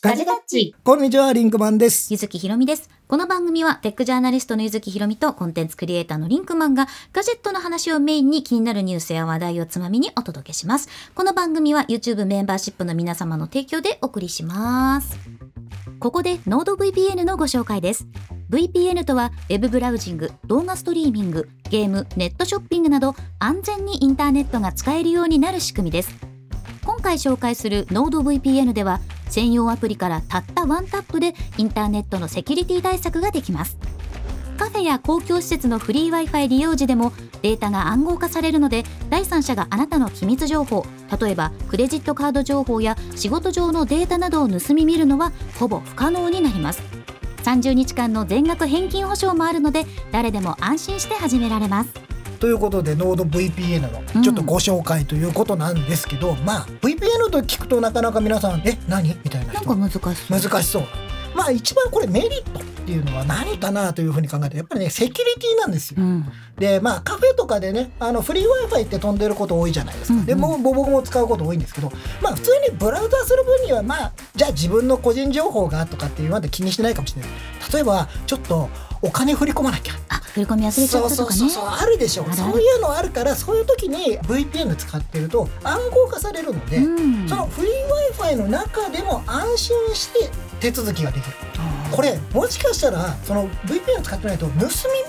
ガジェタッチ。こんにちは、リンクマンです。ゆずきひろみです。この番組はテックジャーナリストのゆずきひろみとコンテンツクリエイターのリンクマンがガジェットの話をメインに気になるニュースや話題をつまみにお届けします。この番組は YouTube メンバーシップの皆様の提供でお送りします。ここで NodeVPN のご紹介です。VPN とは Web ブラウジング、動画ストリーミング、ゲーム、ネットショッピングなど安全にインターネットが使えるようになる仕組みです。今回紹介する NodeVPN では専用アプリからたったワンタップでインターネットのセキュリティ対策ができますカフェや公共施設のフリー Wi-Fi 利用時でもデータが暗号化されるので第三者があなたの機密情報例えばクレジットカード情報や仕事上のデータなどを盗み見るのはほぼ不可能になります30日間の全額返金保証もあるので誰でも安心して始められますということで、ノード VPN うのんちょっとご紹介ということなんですけど、まあ、VPN と聞くとなかなか皆さん、え、何みたいななん人か難しそう難しそう。まあ、一番これメリットっていうのは何かなというふうに考えて、やっぱりね、セキュリティなんですよ。うんでまあカフェとかでねあのフリー Wi-Fi って飛んでること多いじゃないですか、うんうんでもう僕も使うこと多いんですけどまあ普通にブラウザする分にはまあじゃあ自分の個人情報がとかっていうまで気にしてないかもしれない例えばちょっとお金振り込まなきゃあ振り込み忘れちゃそっうたそとうかそうねそうあるでしょあるあるそういうのあるからそういう時に VPN 使ってると暗号化されるので、うんそのフリー Wi-Fi の中でも安心して手続きができるこれもしかしたらその VPN 使ってないと盗み見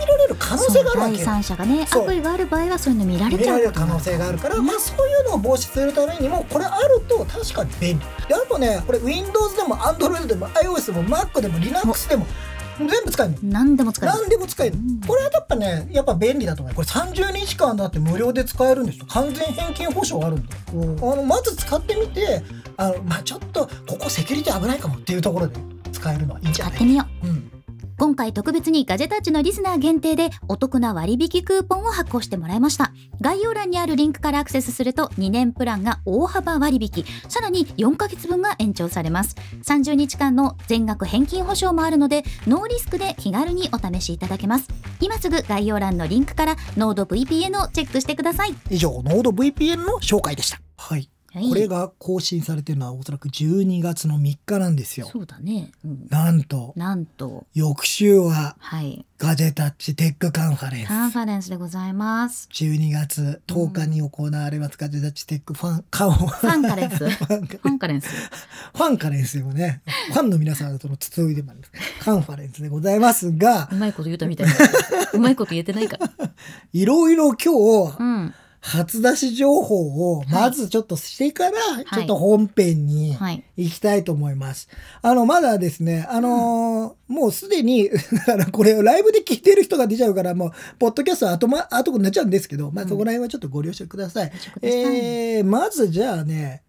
られる可能性があるわけそうよ第三者がねそう悪意がある場合はそういうの見られ見ちゃらうれる可能性があるから、まあ、そういうのを防止するためにもこれあると確かに便利であとねこれ Windows でも Android でも iOS でも Mac でも Linux でも全部使えるの何でも使える何でも使えるうんこれはやっぱねやっぱ便利だと思うこれ30日間だって無料で使えるんですよ完全返金保証あるんだよあのまず使ってみてあの、まあ、ちょっとここセキュリティ危ないかもっていうところで使えるのはいいんじゃ使っないてみよううん今回特別にガジェタッチのリスナー限定でお得な割引クーポンを発行してもらいました概要欄にあるリンクからアクセスすると2年プランが大幅割引さらに4ヶ月分が延長されます30日間の全額返金保証もあるのでノーリスクで気軽にお試しいただけます今すぐ概要欄のリンクからノード VPN をチェックしてください以上ノード VPN の紹介でしたはいはいこれが更新されてるのはおそらく12月の3日なんですよ。そうだね、うんなんと、なんと翌週ははいガジェタッチテックカンファレンス。カンファレンスでござい ます。 12月10日に行われますガジェタッチテックファン、カンフファンカレンス。ファンファンカレンス。ァンカレンスでもね、ファンの皆さんとの集いでもあります。カンファレンスでございますがう、まいこと言うたみたい な。うまいこと言えてないから。いろいろ今日う、ん。初出し情報をまずちょっとしてから、ちょっと本編に、はい。行きたいと思います。あの、まだですね、あのーもうすでに、 だからこれをライブで聞いてる人が出ちゃうから、もう、ポッドキャストは後,、ま、後になっちゃうんですけど、まあうんそこら辺はちょっとご了承ください。食事したいえー、まずじゃあね、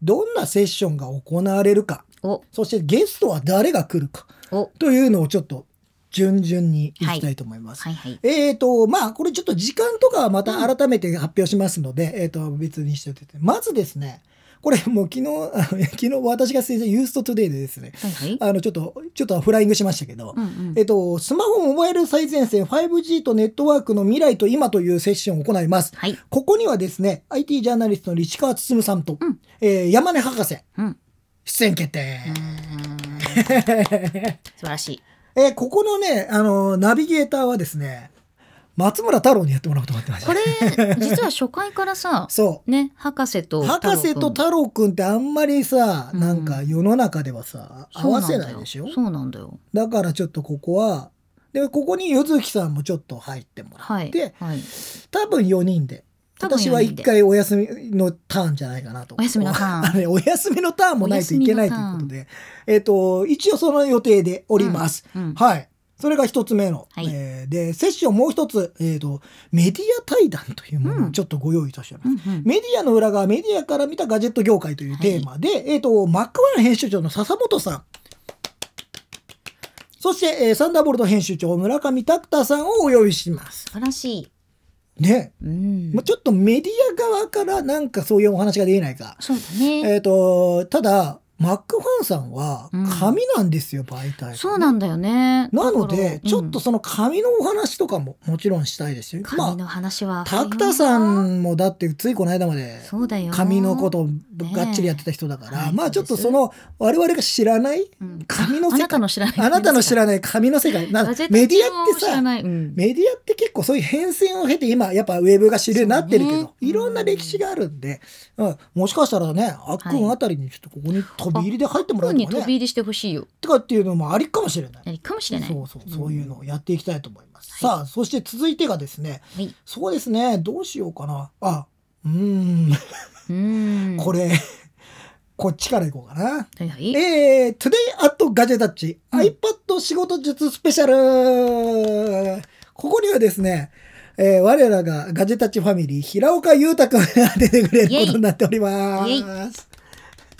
どんなセッションが行われるか、お、そしてゲストは誰が来るか、お。というのをちょっと、順々に行きたいと思います。はいはい。えーと、まあ、これちょっと時間とかはまた改めて発表しますので、えーと、別にしておいて。まずですね、これもう昨日、あの昨日 私が先生ユーストトゥデイでですね、はいはい。あの、ちょっと、ちょっとフライングしましたけど、うんうんえ。っと、スマホ、モバイル最前線、5G とネットワークの未来と今というセッションを行います。はい。ここにはですね、IT ジャーナリストの市川進さんと、うんえー山根博士、うん。出演決定。うーん素晴らしい。えーここのね、あの、ナビゲーターはですね、松村太郎にやってもらおうと思ってました。これ、実は初回からさ、そう。ね、博士と太郎博君。士と太郎くんってあんまりさ、うんなんか世の中ではさ、合わせないでしょだそうなんだよ。からちょっとここは、で、ここに柚木さんもちょっと入ってもらはっい。て、はい。多分4人で。多分私四人では1回お休みのターンじゃないかなと。お休みのター ン あのねお休みのターンもないといけないということで、えっ、と、一応その予定でおります。うん。はい。それが一つ目の。はいえーで、セッションもう一つ、えっ、と、メディア対談というものをちょっとご用意いたしました。うんうん。メディアの裏側、メディアから見たガジェット業界というテーマで、えっ、と、マックワン編集長の笹本さん。そして、えーサンダーボルト編集長、村上拓太さんをお用意します。素晴らしい。ね。うんまあ。ちょっとメディア側からなんかそういうお話ができないか。そうだね。えっ、と、ただ、マックファンさんはうん紙なんですよ、媒体。そうなんだよね。なのだからで、ちょっと、その紙のお話とかももちろんしたいですうんよ。神の話は、タクタさんもだってついこの間までそうだよ紙のことをがっちりやってた人だから、ねえまはいあちょっとそうですその我々が知らないうん紙の世あなた界の知らないあなたの知ないらない紙の世界なガジェットメディアって中も知らさないうんメディアって結構そういう変遷を経て今やっぱウェブが主流になってるけそうど、ねいろんな歴史があるんで、うん、もしかしたらねあっくんあたりにちょっとここに飛び入りで入ってもら本うとにか飛びね入りしてほしいよ。とかっていうのもありかもしれない。何かもしれない。そうそうそういうのをやっていきたいと思います、うんさあそして続いてがですねはい。そうですねどうしようかなあうーんうん。これ。れ、 こっちからいこうかな。はいはい。えー、Today at Gadgetach、うん iPad 仕事術スペシャルここにはですね、えー我らがガジェタッチファミリー、平岡裕太くんが出てくれることになっておりまイエイす。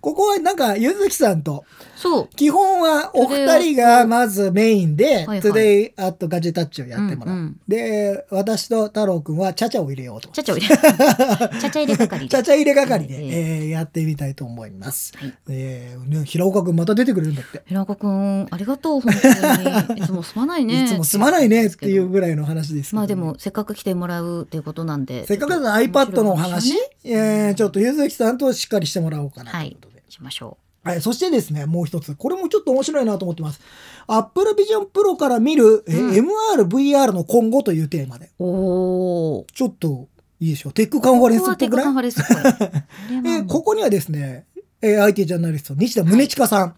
ここはなんか、ゆずきさんと、そう。基本はお二人がまずメインで、はいはい Today at Gadgetach をやってもらう。うんうんで、私と太郎くんは、チャチャを入れようと。ちゃちゃ入 れ。ちゃちゃ入れ係で。ちゃちゃ入れ係で、えええーやってみたいと思います。はいえーね、平岡くんまた出てくれるんだって。平岡くん、ありがとう、本当に。いつもすまないね。いつもすまないねっていう。ぐらいの話ですけどまあでも、せっかく来てもらうっていうことなんで。せっかくだちょからっと iPad のお話、面白いえーちょっとゆずきさんとしっかりしてもらおうかなとはいいうことで、しましょはいそしてですねもう一つこれもちょっと面白いなと思ってますアップルビジョンプロから見る、えー MRVR の今後というテーマでう。おお。ちょっといいでしょテックカンファレンこスこっはテぽくックないカンファレンスっぽい。 えれはーもここにはですね、えー IT ジャーナリスト、西田宗近さん、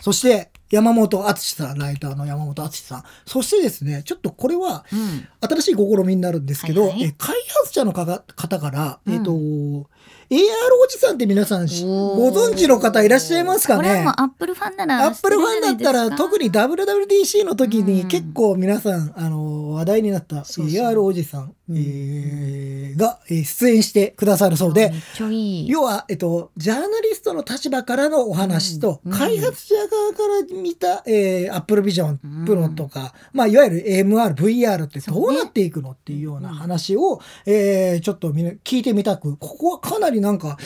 そして山本敦さん、ライターの山本敦さん、そしてですね、ちょっとこれはううん。新しい試みになるんですけど、はいはいえー開発者のかが方から、うんえっ、と、AR おじさんって皆さんしごおー存知の方いらっしゃいますかこれはねもうアップルファンならアップルファンだったら特にに WWDC の時うにん結構皆さん、あの話題になったそうそう AR おじさん、えーが、えー出演してくださるそうでめっ、ちゃいい。要は、えっと、ジャーナリストの立場からのお話と、うん開発者側から見た、えー、Apple Vision うん Pro とか、まあ、いわゆる AMR、VR ってどうなっていくのっていうような話を、えーちょっとみんな聞いてみたく、ここはかなりなんか、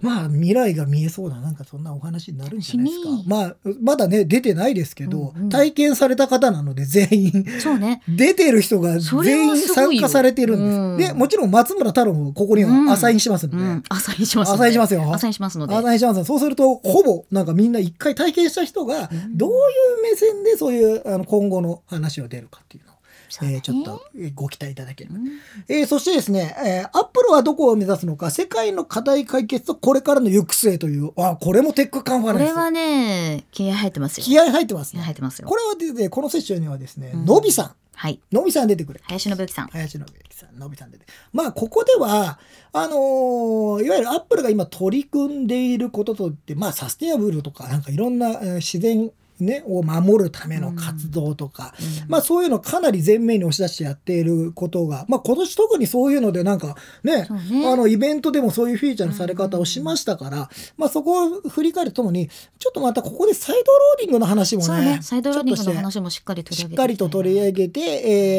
まあ、未来が見えそうな、なんかそんなお話になるんじゃないですか楽し。みまあ、まだね、出てないですけど、うんうん体験された方なので、全員。そうね。出てる人が全員参加されてるんです。それはすごいようんで、もちろん松村太郎もここにはアサインしますんで、うん。朝にしますのアで。サインしますよ朝にしますので。アナイシャンさん、そうすると、ほぼ、なんかみんな一回体験した人がう、んどういう目線でそういう、あの、今後の話を出るかっていうのを、そうだえねーちょっとえーご期待いただければ。うんえーそしてですね、えーアップルはどこを目指すのか、世界の課題解決とこれからの行く末という、あ、これもテックカンファこレンれス。はね、気合入ってますよ。気合入ってます気合入っね。てますよこ。れはですね、このセッションにはですね、うんのびさはい。ん、のびさん出てくる。林信之さん。林信之さん、のびさんで。まあ、ここでは、あのーいわゆるアップルが今取り組んでいることといって、まあ、サステナブルとか、なんかいろんな、えー自然、ね、を守るための活動とか、うんまあ、そういうのかなり前面に押し出してやっていることが、まあ、今年特にそういうので、なんかね、そうね。あのイベントでもそういうフィーチャーのされ方をしましたから、まあ、そこを振り返るとともにちょっとまたここでサイドローディングの話もそうね。サイドローディンちょグっとしての話もしっかり取りし上っげて。かりと取り上げて、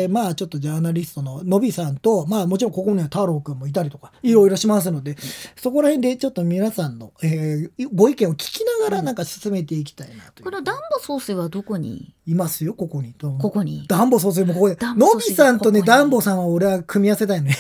えーまあちょっとジャーナリストののびさんと、まあもちろんここには太郎くんもいたりとか、いろいろしますので、そこら辺でちょっと皆さんの、えーご意見を聞きながらなんか進めていきたいなという。このダンボ総帥はどこにいますよ、ここに。ここに。ダンボ総帥もここで。ダンボの総び帥さんとね、ここにダンボさんは俺は組み合わせたいね。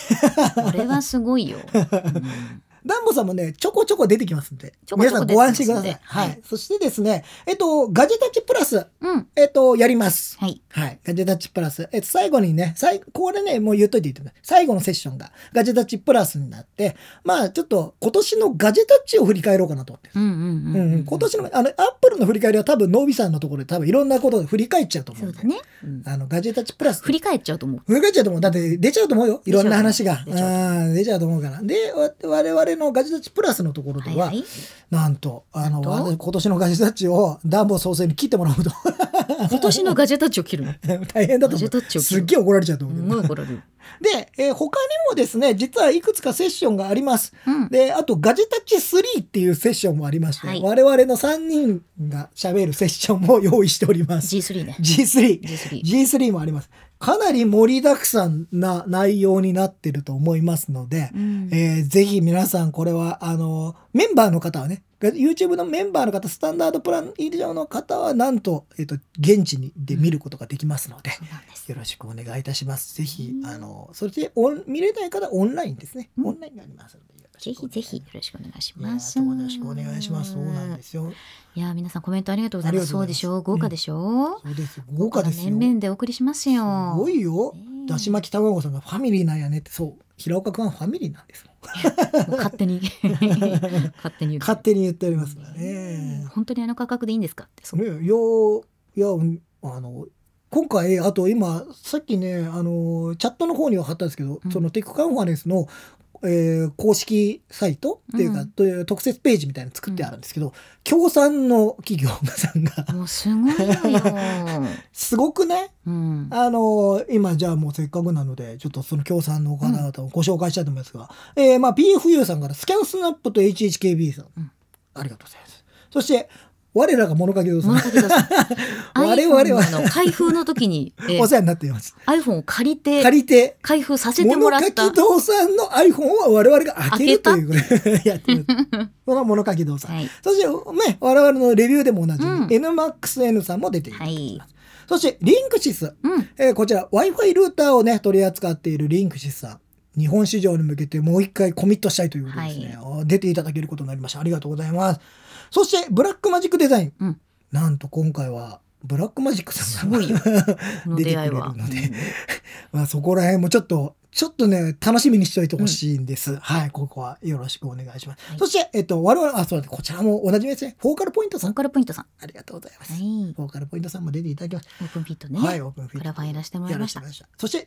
これはすごいよ。うん ダンボさんもね、ちょこちょこ出てきますんでちょ。こち皆さょこん出てきごま安心くだすんでさい。ははいい。そしてですね、えっと、ガジェタッチプラス、うん。えっと、やります。はい。はい。ガジェタッチプラス。えっと、最後にね、最これね、もう言っといていいと思う。最後のセッションがガジェタッチプラスになって、まあ、ちょっと今年のガジェタッチを振り返ろうかなと思ってる。うんうんううんんう、うんん。今年の、あの、アップルの振り返りは多分、ノービさんのところで多分いろんなことを振り返っちゃうと思そううんで。だね。うんあの、ガジェタッチプラス。振り返っちゃうと思う。振り返っちゃうと思う。だって出ちゃうと思うよ。いろんな話が。出ちゃうん出ちゃうと思うから。で、わ我々のガジェタッチプラスのところではいは、はい。なんと、あの、なんと今年のガジェタッチをダンボ総裁に切ってもらおうと。 今年のガジェタッチを切るの。大変だとガジ思ェタッチう。を切するっげえ怒られちゃうと思うけすど。ごい怒られる。で、えー他にもですね、実はいくつかセッションがあります。うん。で、あと、ガジェタッチ3っていうセッションもありまして、はい我々の3人が喋るセッションも用意しております。 G3 ね。 G3。 G3。 G3 もあります。かなり盛りだくさんな内容になってると思いますので、うんえーぜひ皆さんこれはあのメンバーの方はね YouTube のメンバーの方スタンダードプラン以上の方はなんと,、えっと現地にで見ることができますので、そうなんですよろしくお願いいたしますぜひうんあのそれでオン見れない方はオンラインですねうんオンラインがありますのでよろぜしくおひ願いぜひよろしくお願いしいやます。ーどうもよろしくお願いしますそうなんですよいやー皆さんコメントありがとうございます。そあうりがとうございますでしょう豪華でしょう。そうです豪華ですよ面々でお送りしますよ。すごいよねえだし巻き卵さんがファミリーなんやねってそう平岡くんはファミリーなんですもんもう勝 手に勝手に言う勝手に言っておりますからね本当にあの価格でいいんですかってそねよういやうんあの今回あと今さっきねあのチャットの方には貼ったんですけど、うんそのテックカンファレンスの、えー公式サイトっていうか、うんという特設ページみたいなの作ってあるんですけど、協賛の企業さんがもうすごいの よ。すごくねうん。あの今じゃあもうせっかくなのでちょっとその協賛の方々をご紹介したいと思いますが、えーまあ、PFU さんからスキャンスナップと HHKB さん、うんありがとうございますそして我らが物書き堂さん物書き堂さん 我々は iPhone の開封の時に、えおー、世話になっています iPhone を借りて借りて開封させてもら物っ書たき。堂さんの iPhone は我々が開けると開いうことで やってます。この物書き堂さん。 はい。そして、ね、我々のレビューでも同じ、うん NMAXN さんも出ている。はい。そして、リンクシス。うん。えーこちら、Wi-Fi ルーターをね、取り扱っているリンクシスさん。日本市場に向けてもう一回コミットしたいということですね、あー出ていただけることになりました。ありがとうございます。そして、ブラックマジックデザイン。うんなんと今回は、ブラックマジックさんが すごいよこの出会いは。出てくれるの まあ、そこら辺もちょっと、ちょっとね、楽しみにしておいてほしいんです。はい、ここはよろしくお願いします。はいそして、えっと、我々、あ、そうだね、こちらも同じですね。フォーカルポイントさボーん、カルポイントさん。ありがとうございます。はい。フォーカルポイントさんも出ていただきましオープンフィットた。ね。はい、オープンフィクラファンいらしてもらいましたや。らせてもらいましたそし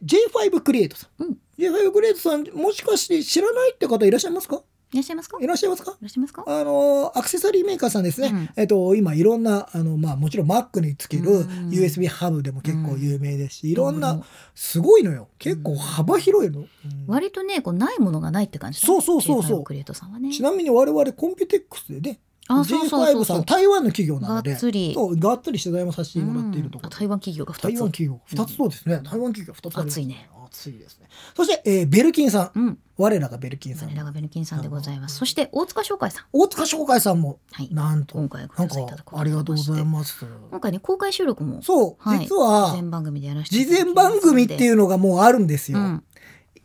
て J5 クリエイトさん。うん J5 クリエイトさん、もしかして知らないって方いらっしゃいますかいらっしゃいますかいいらっしゃいますからっしゃいますかあのアクセサリーメーカーさんですね、うんえっと、今いろんなあの、まあ、もちろん Mac につけるうん USB ハブでも結構有名ですし、いろんうんなすごいのよ結構幅広いの、うん割とね、こうないものがないって感じだね。そうそうそうそう J5 クリエイトさんはね。ちなみに我々コンピュテックスでねあ、そうそうそう J5 そさんう。台湾の企業ながのっでつり。そうがっつり取材もさせてもらっているとこうんろあ、台湾企業が台2湾つ。企業2つそうですね、台湾企業2つあります熱いね熱いですねそして、えーベルキンさんうん。我らがベルキンさ我らんがベルキンさんでございまあす。のそして大塚紹介さん。大塚商会さんもはい。なんと今回ごなん出か演いただくことありがとうございまますす。今回ね、公開収録もそう、はい実事前は番組でやらせてい事ただき前ます番組っていううのがもうあるんですよ、ん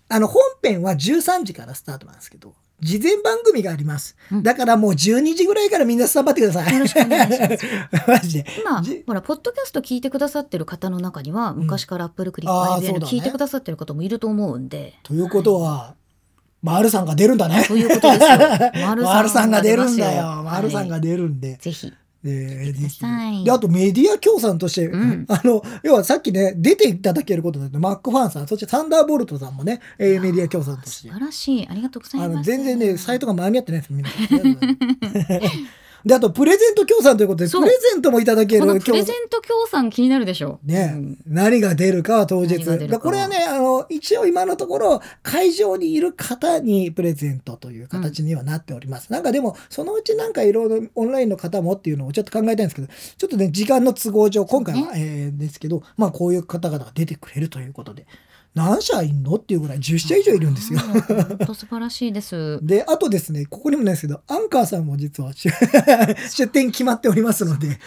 あの本編は13時からスタートなんですけど事前番組があります、うんだからもう12時ぐらいからみんなスタンバってくださいよろしくお願いします マジで今じほらポッドキャスト聞いてくださってる方の中には昔からアップルクリップあー IBL そうだね聞いてくださってる方もいると思うん でということは、まるさんが出るんだねということですよまるさんが出るんだよままるさんがはい出るんで、ぜひえーくださいぜひであとメディア協賛として、うんあの要はさっきね出ていただけることだとマックファンさんそしてサンダーボルトさんもね、えーメディア協賛とし素て晴らしいありがとうござあいのます全然ねサイトが間に合ってないですみんな。 であとプレゼント協賛ということでそうプレゼントもいただけこのるプ協レゼ賛。ント協賛気になるでしょうね、うん何が出るかは当日何が出るかはこれはねあの一応今のところ会場にいる方にプレゼントという形にはなっております、なんかでもそのうちなんかいろいろオンラインの方もっていうのをちょっと考えたいんですけどちょっとね時間の都合上今回は、えーですけどまあこういう方々が出てくれるということで何社いんのっていうぐらい10社以上いるんですよ。あー本当素晴らしいですで、あとですね、ここにもないですけど、アンカーさんも実は出 出店決まっておりますので、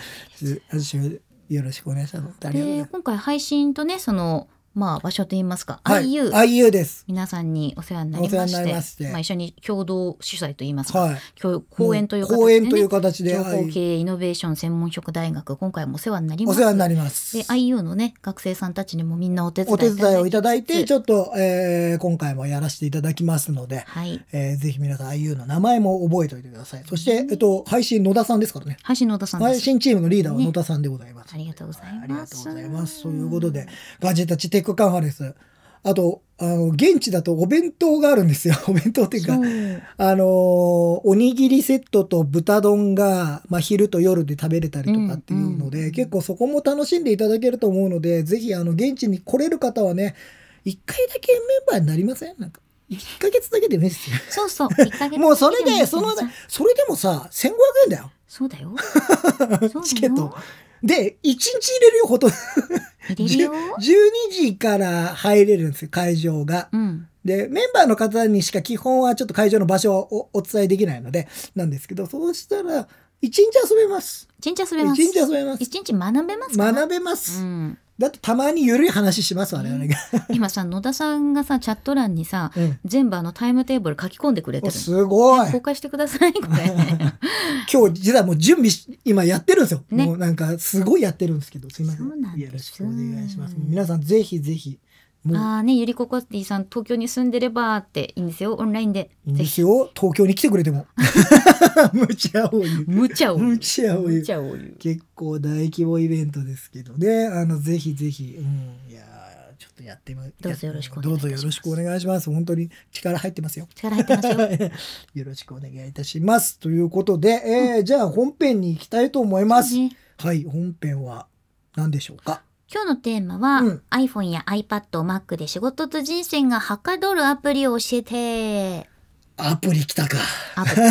ししよろしくお願いします。ありがとうございでます今回配信とねそのまあ場所といいますか、はい IU IU です。皆さんにお世話になりお世ま話にしなてりましてあ、一緒に共同主催といいますか、はい。共 公演という形で、ね、公演という形で、情は報い系イノベーション専門職大学今回もお世話になりまおす世話になりますで。IU のね学生さんたちにもみんなお手伝いお手伝いをいただいいて、ただきつつちょっと、えー今回もやらせていただきますので、はいえーぜひ皆さん IU の名前も覚えておいてください。そしてう、んえっと、配信野田さんですからね。橋野田さんで配す信チームのリーダーは野田さんでございます。ありがとうございますありがとうございます。ということで、ガジェタッチテックカンファレンス。あと、あの、現地だとお弁当があるんですよ。 お弁当っていうそか、うあのーおにぎりセットと豚丼が、まあ、昼と夜で食べれたりとかっていうので、うんうん結構そこも楽しんでいただけると思うので、ぜひ、あの、現地に来れる方はね、一回だけメンバーになりませんなんか、一ヶ月だけでもいいですよ。そうそう 一ヶ月もうそれ以内で、にその皆さん、それでもさ、1500円だよ。そうだよそうだ よチケットで、1日入れるよ、ほとんど。入れるよ。 12時から入れるんですよ、会場が。うん。で、メンバーの方にしか基本はちょっと会場の場所をおお伝えできないので、なんですけど、そうしたら、1日遊べます。一日遊べ1ます。日遊べます。一日学べますか学べます。うん、だってたまに緩い話します、我々が。今さ野田さんがさチャット欄にさうん全部あのタイムテーブル書き込んでくれて おるすごい公開してくださいこ れ今日実はもう準備し今やってるんですよ、ねもうなんかすごいやってるんですけどすいませんそうなんですよろしくお願いします皆さんぜひぜひもああねゆりここティさん東京に住んでればっていいんですよオンラインでういいんぜでひすよ東京に来てくれて も無茶を言う無茶を言う無茶を言無う茶を言う結構大規模イベントですけどねあのぜひぜひ、うん、いやーちょっとやってみどうぞよろしくお願どいいたしますうぞよろしくお願いします本当に力入ってますよ力入ってますよ よろしくお願いいたしますということで、えーじゃあ本編に行きたいと思います、ねはい、本編は何でしょうか。今日のテーマは、うん iPhone や iPad を Mac で仕事と人生がはかどるアプリを教えてアプリ来たか。アプリ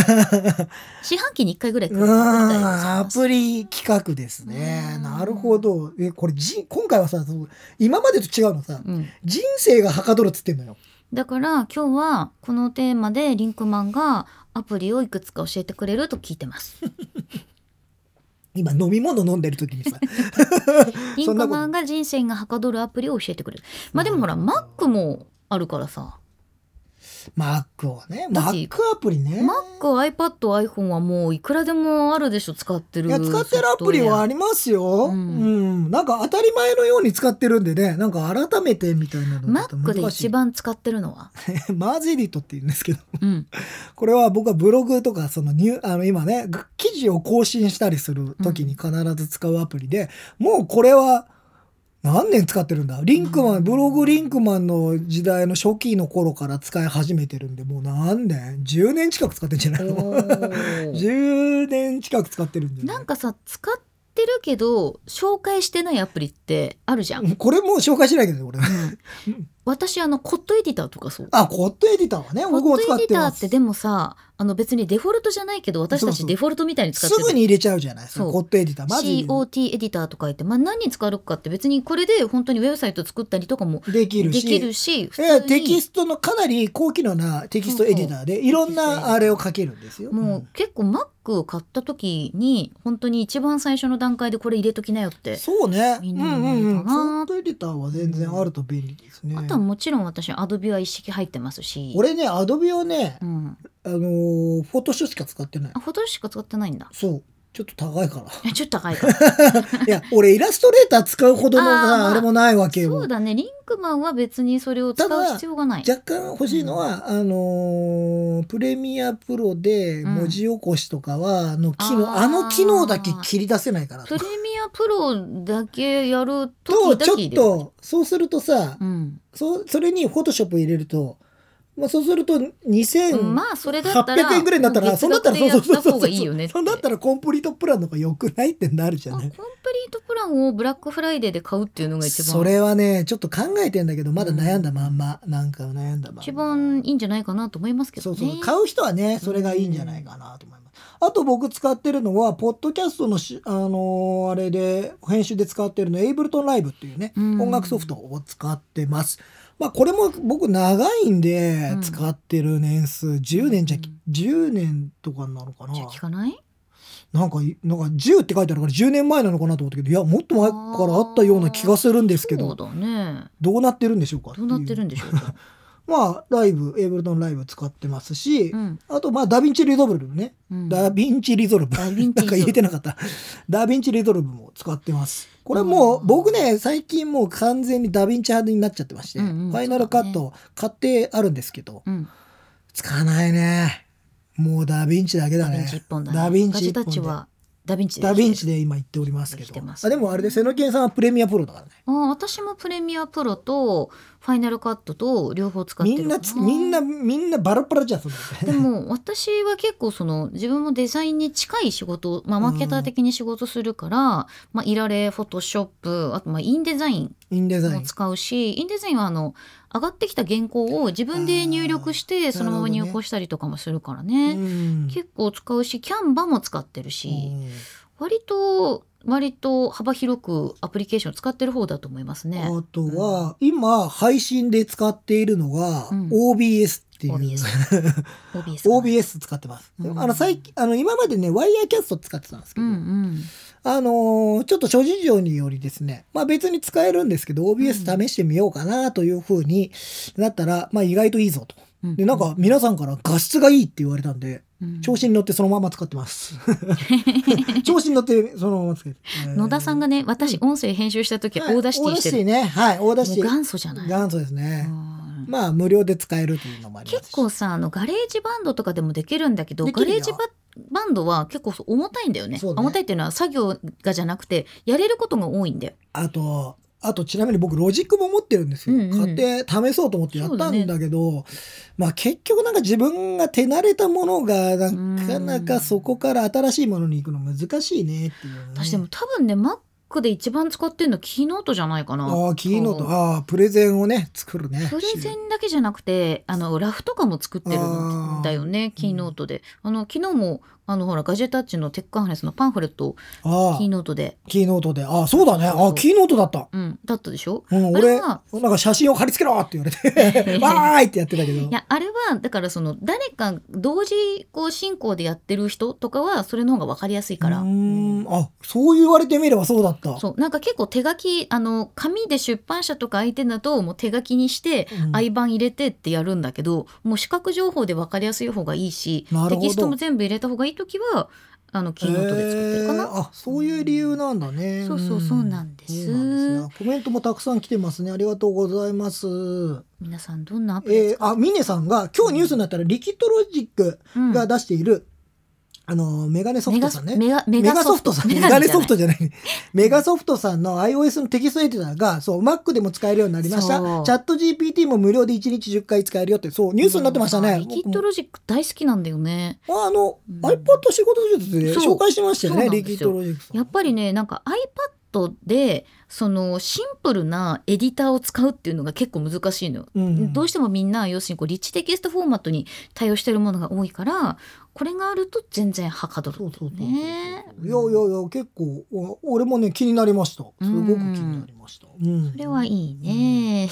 四半期に一回ぐらい 来うるん、みたいですアプリ企画ですねう。んなるほど。え、これじ、今回はさ、その今までと違うのさ、うん、人生がはかどるっつってんのよ。だから今日はこのテーマでリンクマンがアプリをいくつか教えてくれると聞いてます。今飲み物飲んでる時にさ。 リそンんなクことマンが人生がはかどるアプリを教えてくれる。まあでもほら Mac もあるからさ。 Mac をね、どっち Mac アプリね。 Mac、iPad、iPhone はもういくらでもあるでしょ使ってる。いや使ってるアプリはあ。りますよ、ううんんなんか当たり前のように使ってるんでねなんか改めてみたいなのだと Mac で難し一い番使ってるのは。 マージェリットって言うんですけどうん。これは僕はブログとかそのニューあの今ねぐ記事を更新したりする時に必ず使うアプリで、もうこれは何年使ってるんだリンクマン、うんブログリンクマンの時代の初期の頃から使い始めてるんでもう何年 ?10 年近く使ってんじゃないの ?10 年近く使ってるんじゃないなんかさ使ってるけど紹介してないアプリってあるじゃん。これもう紹介しないけどね俺。私あのコットエディターとかそう。あ、コットエディターはね、ホ僕もッ使トっエディてターまっす。てでもさあの別にデフォルトじゃないけど私そたうそちうデフォルトみたいに使ってするぐに入れちゃうじゃないですか、そうコットエディター。まず入れる COT エディターとか言って、まあ、何に使うかって別にこれで本当にウェブサイト作ったりとかもできでるし。きるし普え通テキにストのかなり高機能なテキストエディターでいろんなあれを書けるんですよ。もんう結構 Mac を買った時に本当に一番最初の段階でこれ入れときなよって。そうね。うみんんうなのんうん。いいかなコントエディターは全然あると便利ですね。あとはもちろん私 Adobe は一式入ってますし。俺ね、アドビをねう、ん。あのーフォトショーしか使ってないあ、。ほとんどしか使ってないんだ。そう。ちょっと高 いから。えちょっと高いから。いや、俺イラストレーター使うほどのあーまさ、ああれもないわけよ。そうだね。リンクマンは別にそれを使ただう必要がない。若干欲しいのは、あのープレミアプロでうん文字起こしとかは、あの機能あーあの機能だけ切り出せないからプレミアプロだけやるととちょきっだけ。とそうするとさ、うん。そそれにフォトショップ入れると、まあ、そうすると2000、まあそれだったら800円ぐらいになったら、そ月うなった額ら、でそうやそうそうそった方うそがういいよねって。そうなったらコンプリートプランの方が良くないってなるじゃあコなンいプ。リートプランをブラックフライデーで買うっていうのが一番それはね、ちょっと考えてんだけど、まだ悩んだまんま、なんか悩んだまんま。一番いいんじゃないかなと思いますけどそうね。そう買う人はねそれがいいんじゃないかなと思います、あと僕使ってるのはポッドキャストのし、あのーあれで編集で使ってるのエイブルトンライブっていうね、うん音楽ソフトを使ってますまあこれも僕長いんでうん使ってる年数10年じゃ、うん10年とかになるかなじゃあ聞かない？なんかいなんか10って書いてあるから10年前なのかなと思ったけどいやもっと前からあったような気がするんですけそうどだね。どうなってるんでしょうかどうなってるんででしょうか。まあライブエイブルトンライブ使ってますし、うん。あとまあダヴィンチリゾルブもね うんダヴィンチリゾルブ。ダヴィンなんチリゾルブか言えてなかった。ダヴィンチリゾルブも使ってます。これもう、うん僕ね、最近もう完全にダヴィンチ派になっちゃってまして、うんうんファイナルカット買ってあるんですけど、うん。使わないね。もうダヴィンチだけダだヴィねンチ一。本だね。ダヴィンチ一私本たでちはダヴィンチでダ生ヴきてるィンチで今言っておりますけ生ど。きてますあでもあれで、セノケンさんはプレミアプロだからね。ああ、私もプレミアプロとファイナルカットと両方使ってみるんかなつ、みんな、みんなバラバラじゃん、その。でも私は結構その自分もデザインに近い仕事を、まあ、うんマーケター的に仕事するから、まあ、いられフォトショップあとまあインデザイン インデザイもン。使うし、インデザインはあの上がってきた原稿を自分で入力しあーてそのままなるほどね入稿したりとかもするからねうん結構使うしキャンバも使ってるし、うん割と割と幅広くアプリケーション使ってる方だと思いますね。あとは、今配信で使っているのがうん OBS っていう、 OBS OBS かな OBS 使ってます、うんあの最近あの今までねワイヤーキャスト使ってたんですけうど、んうん。あのーちょっと諸事情によりですね、まあ別に使えるんですけど、うん OBS 試してみようかなというふうになったら、まあ意外といいぞと。うんで、なんか、皆さんから画質がいいって言われたんで、うん調子に乗ってそのまま使って ます。調子に乗ってそのまま使って。野田さんがね、私音声編集した時は大出しオテーィダしシテてィる。ね。はい、オーもダうーシティ。元祖じゃない。元祖ですね。うんまあ無料で使えるというのもあります結構さあのガレージバンドとかでもできるんだけどできガるよレージババンドは結構そう重たいんだよねそうね重たいっていうのは作業がじゃなくてやれることが多いんだよあと、あとちなみに僕ロジックも持ってるんですよ。うんうん買って試そうと思ってやったんだけど、まあ結局なんか自分が手慣れたものがなかなかそこから新しいものに行くの難しいねっていう、ね。私でも多分ね Mac で一番使ってるのはキーノートじゃないかなああ、キーノーうト。んああ、プレゼンをね、作るね。プレゼンだけじゃなくてあのラフとかも作ってるんだよねキーノートで、あの昨日もあのほらガジェタッチのテックアンハレスのパンフレットをああキー、ノートで、キーノートで。ああ、そうだね。あそうあ、キーノートだった。うん、だったでしょうん、あれ俺、はなんか写真を貼り付けろって言わ れて、 わーいってやってたけどい。やあれはだからその誰か同時こう進行でやってる人とかはそれの方が分かりやすいからうーん、あ、そう言われてみればそうだった。そうなんか結構手書きあの紙で出版社とか相手だともう手書きにしてうん相番入れてってやるんだけど、もう視覚情報で分かりやすい方がいいしなるテほどキストも全部入れた方がいい時はあのキーノートで作ってるかな。えーあそういう理由なんだね、そうそうそうなんですそうなんですねコメントもたくさん来てますねありがとうございます皆さんどんなアプリえー、あミネさんが今日ニュースになったらリキトロジックうんが出している、あのメガネソフメトガさんねメガメメガソフトさん、メガネソフトじじゃない。 メガソフトさんの iOS のテキストエディターが、そう、Mac でも使えるようになりました。チそャうット GPT も無料で1日10回使えるよって、そう、ニュースになってましたね。リキッド僕もロジック大好きなんだよね。ああの、うん iPad 仕事術でそう紹介してましたよそうね、なんですよリキッドロジックさん。やっぱりねなんか iPad でそのシンプルなエディターを使うっていうのが結構難しいのよ。うんどうしてもみんな要するにこうリッチテキストフォーマットに対応してるものが多いからこれがあると全然はかどるんだよね。いやいやいや結構お俺もね気になりましたすごく気になりました、うんそれはいいね。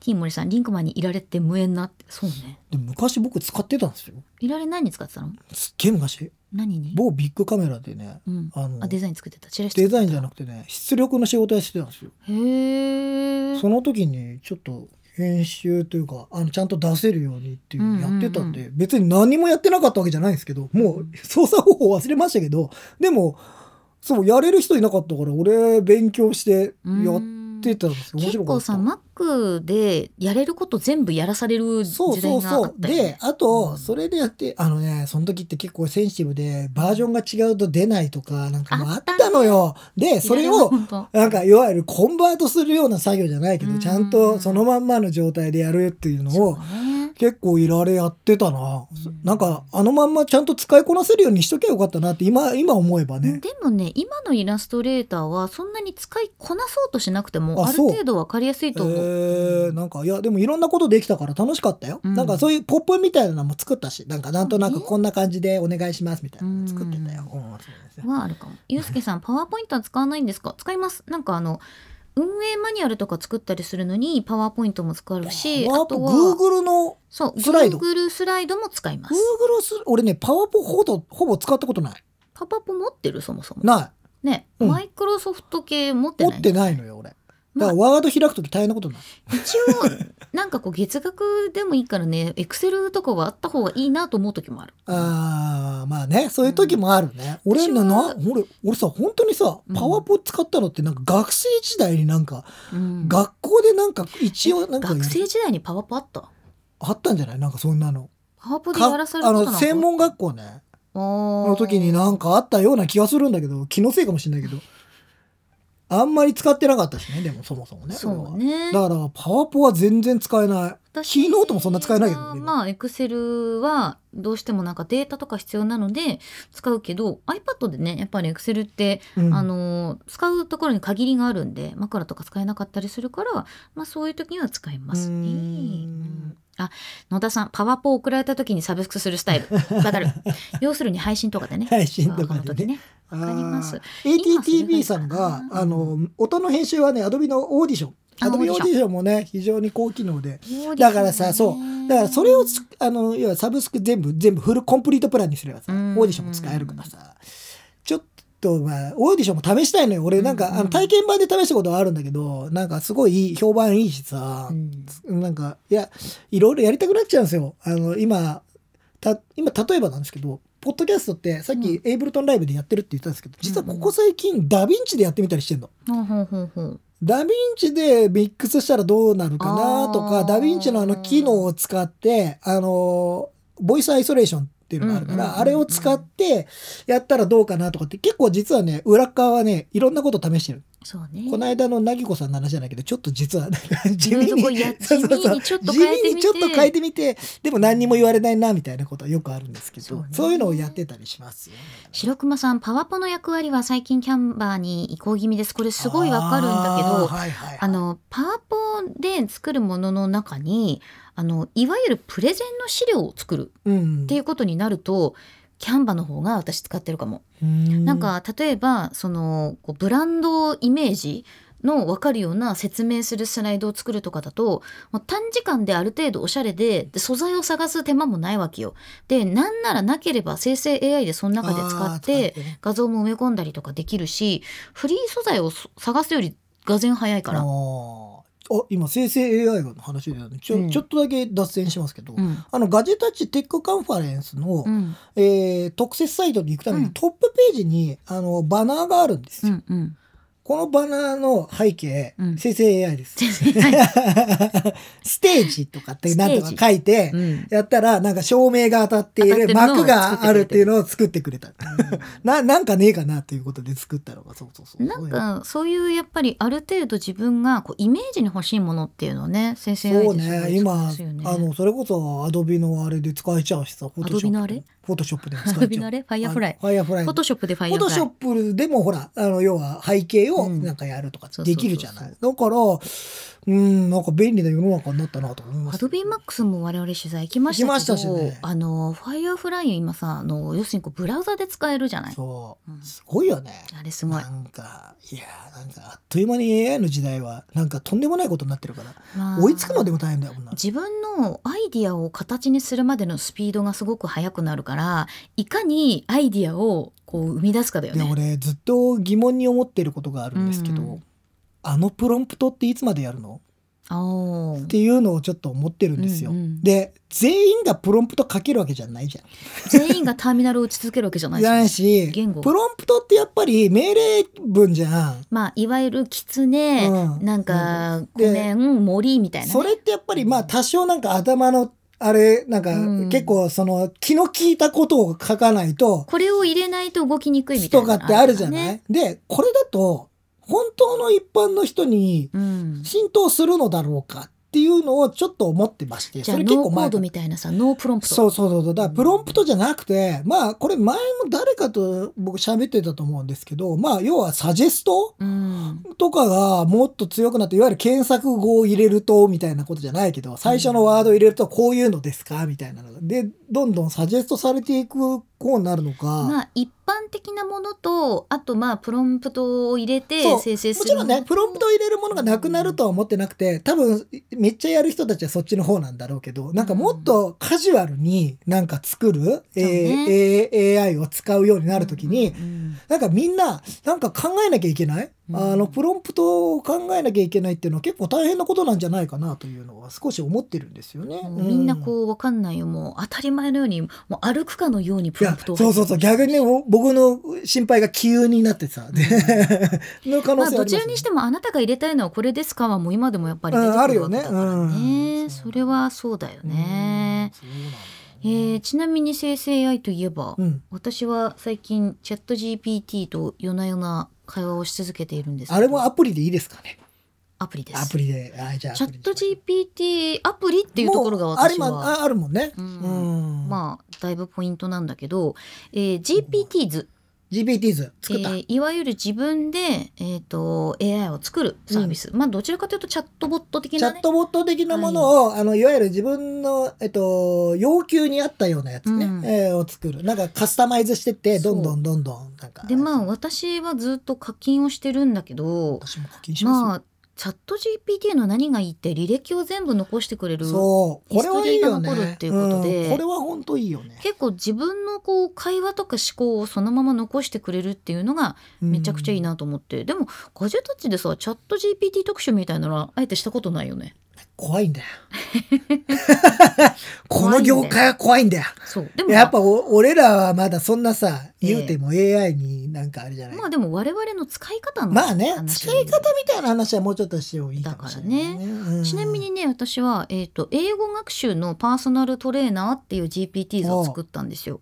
ティーモリさんリンクマンにいられて無縁なってそうね。でも昔僕使ってたんですよいられ何に使ってたのすっげえ昔何に、某ビッグカメラでねうん、あのあデザイン作ってたチラシデザインじゃななくてね出力の仕事やってたんですよへえ。その時にちょっと編集というかあのちゃんと出せるようにっていうのをやってたんで、うん別に何もやってなかったわけじゃないんですけどもう操作方法忘れましたけどでもそうやれる人いなかったから俺勉強してやってたんですよ面結白か構ったさ Mac でやれること全部やらされるそう時そ代うがあそっう。たよねで、あと、うんそれでやって、あのね、その時って結構センシティブで、バージョンが違うと出ないとか、なんかもうああっったねたのよ。で、それを、本当なんか、いわゆるコンバートするような作業じゃないけうど、んちゃんとそのまんまの状態でやるっていうのそうを、ね結構いられやってたなうん。なんか、あのまんまちゃんと使いこなせるようにしときゃよかったなって、今、今思えばね。でもね今のイラストレーターはそんなに使いこなそうとしなくてもああるそう程度わかりやすいと思う、えー、なんかいやでもいろんなことできたから楽しかったよ、うんなんかそういうポップみたいなのも作ったしなんかなんとなくこんな感じでお願いしますみたいなの作ってたよ、うんそうですね はあるかもゆうすけさんパワーポイントは使わないんですか使いますなんかあの運営マニュアルとか作ったりするのにパワーポイントも使うしああととは Google のそうスライド Google スライドも使います Google す俺ねパワポほどほぼ使ったことないパパポ持ってるそもそもなね、うんマイクロソフト系持っいて持ないってないのよ俺だまかあらワード開くとき大変なことになる、一応 なんかこう月額でもいいからねエクセルとかはあった方がいいなと思う時もあるあーまあねそういう時もあるね、俺なな俺俺さ本当にさうんパワポ使ったのってなんか学生時代になんか、うん学校でなんか一応なんか学生時代にパワポあったあったんじゃないなんかそんなのパワポでやらかされあることのなん専門学校ねのの時になんかあったような気がするんだけど気のせいかもしれないけどあんまり使ってなかったしねでもそもそもねそう俺ねはだからパワポは全然使えないキーノートもそんな使えないけどねまあエクセルはどうしてもなんかデータとか必要なので使うけど iPad でねやっぱりエクセルってうんあの使うところに限りがあるんで枕とか使えなかったりするから、まあ、そういう時には使いますねうーん。野田さんパワポを送られた時にサブスクするスタ イルわかる要するに配信とかでね配信とかでねパワハラの時ねわかりますあー今それがい ATTV いかさなんがあの音の編集はねアドビのオーディションあアドビオオーーデディィシションもね非常に高機能でだからさそうだからそれをつあの要はサブスク全部全部フルコンプリートプランにすればさオうーんディションも使えるからさちょっとまあオーディションも試したいのよ俺なんうんかあの体験版で試したことはあるんだけどなんかすごいいい評判いいしさ、うんなんかいやいろいろやりたくなっちゃうんですよ。あの今た今例えばなんですけどポッドキャストってさっきエイブルトンライブでやってるって言ったんですけど実はここ最近ダヴィンチでやってみたりしてんの。ほうほうほうほうダヴィンチでミックスしたらどうなるかなとあかーダヴィンチのあの機能を使ってあのボイスアイソレーションっていうのがあるかうんうんうんうらんあれを使ってやったらどうかなとかって結構実はね裏側はねいろんなこと試してる。そうねこの間のなぎこさんの話じゃないけどちょっと実はなんか地いろい味ろとこうにや地そうそう味そうにちょっと地変えて味みにてちょっと変えてみてでも何にも言われないなみたいなことはよくあるんですけどそそうう,、ねいうのをやってたりしますよ白熊さんパワポの役割は最近キャンバーに移行気味ですこれすごいわかるんだけあーどはいはいはいあのパワポで作るものの中にあのいわゆるプレゼンの資料を作るうんっていうことになると、キャンバの方が私使ってるかも。うんなんか例えばそのこうブランドイメージの分かるような説明するスライドを作るとかだともう短時間である程度おしゃれでで素材を探す手間もないわけよ。でなんならなければ生成 AI でその中で使っあーて使ね画像も埋め込んだりとかできるしフリー素材をそ探すよりがぜん早いかあら。ーあ今生成 AI の話で、ねちょうんちょっとだけ脱線しますけど、うんあのガジェタッチテックカンファレンスの、うんえー特設サイトに行くために、うんトップページにあのバナーがあるんですうよ、んうんこのバナーの背景、うん生成 AI です全然ない ステージとかってなんとステージか書いて、 うんやったら、なんか照明が当たってい当たってるるのを幕があるっていうのを作ってくれた。な、なんかねえかなということで作ったのが、そうそうそう。なんかそういうやっぱりある程度自分がこうイメージに欲しいものっていうのをね先生そうね、今、あのの、それこそアドビのあれで使えちゃうしさ、フォトショ Adobe のあップれで。フォトショップでも使アえちゃう。ドビのあれファイヤーフライファイアフライ。フォトショップでファイヤーフォフトライショップでもほら、あの、要は背景をなんかやるとかうんできるじゃない。そだから、うん、なんか便利な世の中になったなと思いまアすドよ。ビーマックスも我々取材行きましたけ行きどましたしねあのファイヤーフライ今さあの要するにこうブラウザで使えるじゃないそうう。んすごいよね。あれすごいなんかいやーなんかあっという間に AI の時代はなんかとんでもないことになってるからまあ追いつくのでも大変だよこんなの自分のアイディアを形にするまでのスピードがすごく速くなるからいかにアイディアをこう生み出すかだよでね俺ずっと疑問に思ってることがあるんですけど、うんあのプロンプトっていつまでやるのあおっていうのをちょっと思ってるんですよ。うんうんで全員がプロンプト書けるわけじゃないじゃん。全員がターミナルを打ち続けるわけじゃないじゃないしし言語プロンプトってやっぱり命令文じゃん。まあいわゆる狐、うんなんかでごめん森みたいなね、それってやっぱりまあ多少なんか頭のあれなんかうん結構その気の利いたことを書かないとこれを入れないと動きにくいみたいとかなのってあるじゃかならい、ね、でこれだと本当の一般の人にうん、浸透するのだろうかっていうのをちょっと思ってましてじゃあそノれ結ー構コ前ーかドらみたいなさノープロンプトそうそうそうそうだからプロンプトじゃなくてまあこれ前も誰かと僕喋ってたと思うんですけどまあ要はサジェストうんとかがもっと強くなっていわゆる検索語を入れるとみたいなことじゃないけど最初のワードを入れるとこういうのですかみたいなのがでどんどんサジェストされていくこうになるのか、まあ一般的なものとあとまあプロンプトを入れてそう生成すもるちろんもねのとプロンプトを入れるものがなくなるとは思ってなくて多分めっちゃやる人たちはそっちの方なんだろうけどなんかもっとカジュアルになんか作る、えーね A- AI を使うようになるときに、うんなんかみんななんか考えなきゃいけない、うんあのプロンプトを考えなきゃいけないっていうのは結構大変なことなんじゃないかなというのは少し思ってるんですよね。もうみんなこうわかんないよもう当たり前のようにもう歩くかのようにプいロンやプトそをうそうそう逆にねお僕の心配が急になってさ、で の可ま能性ありまあすよねどちらにしてもあなたが入れたいのはこれですかはもう今でもやっぱり出てうんあくるるよわけねだからね,、うんそれはそうだよね、うんそうなんだよねえーちなみに生成 AI といえば、うん、私は最近チャット GPT と夜な夜な会話をし続けているんですけどあれもアプリでいいですかね。アプリですアプリで、あじゃあチャットアプリで GPT アプリっていうところがもうあれ私もはああるもんね。ううんん。まあだいぶポイントなんだけど、えー、GPT 図 GPTs 作った、えーいわゆる自分で、えー、と AI を作るサービス、まあどちらかというとチャットボット的チな、ャねッ、トボット的なものを、い、あのいわゆる自分の、えっと、要求に合ったようなやつね、うんえーを作るなんかカスタマイズしてってそどうんどんどんどんなんかでまあ私はずっと課金をしてるんだけど私も課金しますよ、まあチャット GPT の何がいいって履歴を全部残してくれるそうこれはいいよヒストリーが残るっねていうことでんこれは本当いいよね結構自分のこう会話とか思考をそのまま残してくれるっていうのがめちゃくちゃいいなと思って、でもガジェタッチでさチャット GPT 特集みたいなのはあえてしたことないよね怖い んだよこの業界は怖いんだよそうでいもややっぱお俺らはまだそんなさええ言うても AI になんかあれじゃない、まあでも我々の使い方のまあね話使い方みたいな話はもうちょっとしてもいいかもしれない、うんちなみにね私は、えー、と英語学習のパーソナルトレーナーっていう GPTs を作ったんですよ。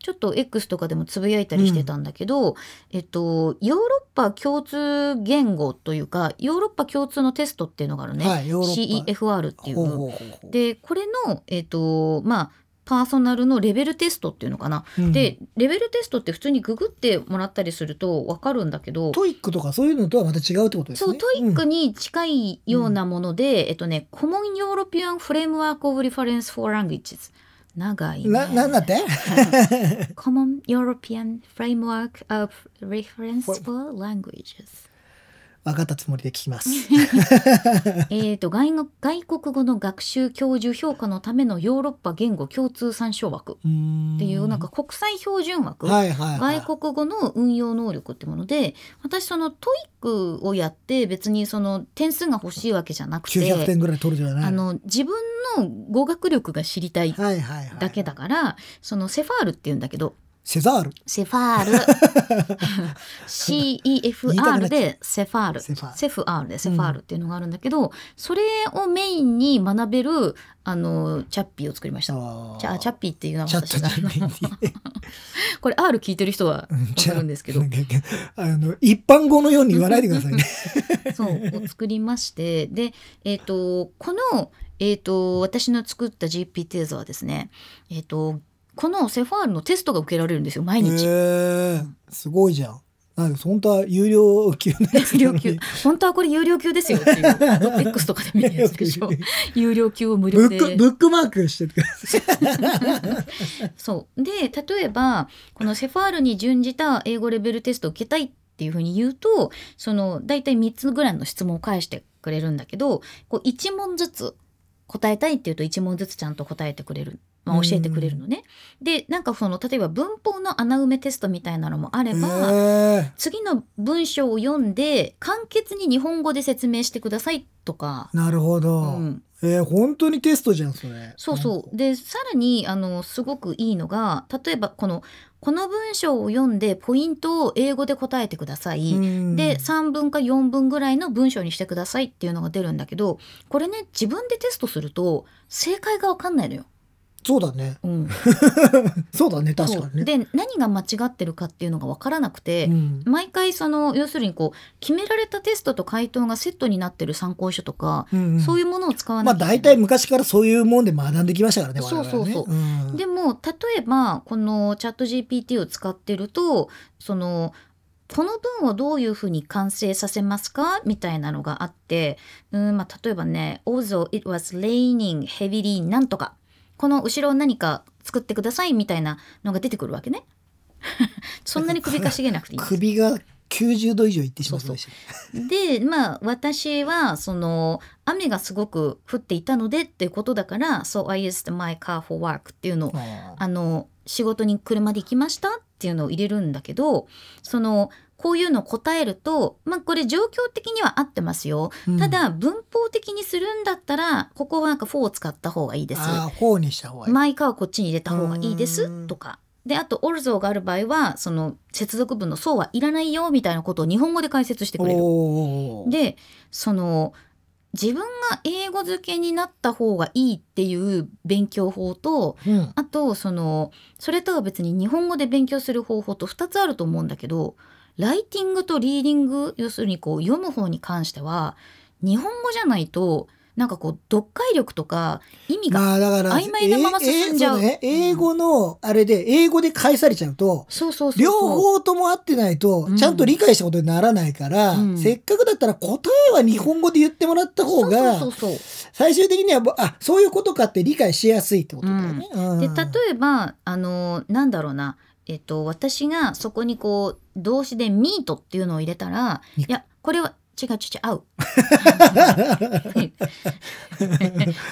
ちょっと X とかでもつぶやいたりしてたんだけど、えっと、ヨーロッパ共通言語というかヨーロッパ共通のテストっていうのがあるね、はいヨーロッパ CEFR っていうほうほうほうほうでこれの、えっとまあ、パーソナルのレベルテストっていうのかな、うんでレベルテストって普通にググってもらったりすると分かるんだけどトイックとかそういうのとはまた違うってことですそね。うトイックに近いようなもので、えっとねコモンヨーロピアンフレームワークオブリファレンスフォーランゲージ長うい、ね、んななんだってコモンヨーロピアンフレームワークオブリファレンスフォーランゲージ 分かったつもりで聞きます。えっと外国外国語の学習教授評価のためのヨーロッパ言語共通参照枠っっていうなんか国際標準枠、はいはいはい、外国語の運用能力ってもので私そのトイックをやって別にその点数が欲しいわけじゃなくて900点ぐらい取るじゃないあの自分の語学力が知りたいはいはいはい、だけだから、そのセファールって言うんだけどセザールセファール言いたくな CEFR っちでセファールセファールセフアールでセファールっていうのがあるんだけど、それをメインに学べるあのチャッピーを作りました。あじゃあチャッピーっていうのはチャッ私トが GPT これ R 聞いてる人はうん分かるんですけどなんかあの一般語のように言わないでくださいね。そうを作りましてでえっ、とこのえっ、と私の作った GPT 図はですねえっ、とこのセファールのテストが受けられるんですよ 毎へえ日。すごいじゃん。なんか本当は有料級のやつ有なの料に 級本当はこれ有料級 ですよっていう X とかで見るやつでしょ有料級をブ無料ックでブックマークしてくだ さい。そうで例えばこのセファールに準じた英語レベルテストを受けたいっていうふうに言うとその大体3つぐらいの質問を返してくれるんだけどこう1問ずつ答えたいっていうと1問ずつちゃんと答えてくれる、まあ、教えてくれるのね。でなんかその例えば文法の穴埋めテストみたいなのもあれば。へえ次の文章を読んで簡潔に日本語で説明してくださいとか、なるほうど。ん、えー、本当にテストじゃんそれ。そうそうでさらにあのすごくいいのが例えばこの「この文章を読んでポイントを英語で答えてください」んで3文か4文ぐらいの文章にしてくださいっていうのが出るんだけどこれね自分でテストすると正解が分かんないのよ。そうだね。 うん、そうだね確かそうにね。で何が間違ってるかっていうのが分からなくて、うん毎回その要するにこう決められたテストと回答がセットになってる参考書とか、うんうんそういうものを使わまなあきゃいけない。大体昔からそういうもんで学んできましたからね我々はね。そうそうそうんでも例えばこのチャット GPT を使ってるとそのこの文をどういうふうに完成させますかみたいなのがあってうん、まあ、例えばね「Although it was raining heavily なんとか」この後ろ何か作ってくださいみたいなのが出てくるわけね。 そんなに首かしげなくていい。首が90度以上いってしまいました。 でまあ私はその雨がすごく降っていたのでっていうことだから「So I used my car for work」っていうのをあーあの仕事に車で行きましたっていうのを入れるんだけどそのこういうのを答えるとまあこれ状況的には合ってますよ、うんただ文法的にするんだったらここはなんか「for」を使った方がいいですあー方にした方がいい。マイカーをこっちに入れた方がいいでうすんとかであと「オルゾー」がある場合はその接続文の「そう」はいらないよみたいなことを日本語で解説してくれる。おーでその自分が英語漬けになった方がいいっていう勉強法とうんあとそのそれとは別に日本語で勉強する方法と2つあると思うんだけどライティングとリーディング要するにこう読む方に関しては日本語じゃないとなんかこう読解力とか意味が、まあだから、曖昧なまま進んじゃうえええそね英語の、あれで、英語で返されちゃうと、そうそうそう両そう方とも合ってないとうん、ちゃんと理解したことにならないから、うんせっかくだったら答えは日本語で言ってもらった方がそう、そうそう最終的には、あ、そういうことかって理解しやすいってことだよね。うんで例えばあのなんだろうな、えっと、私がそこにこう動詞で「ミート」っていうのを入れたらい肉やこれは違う違 う違う合う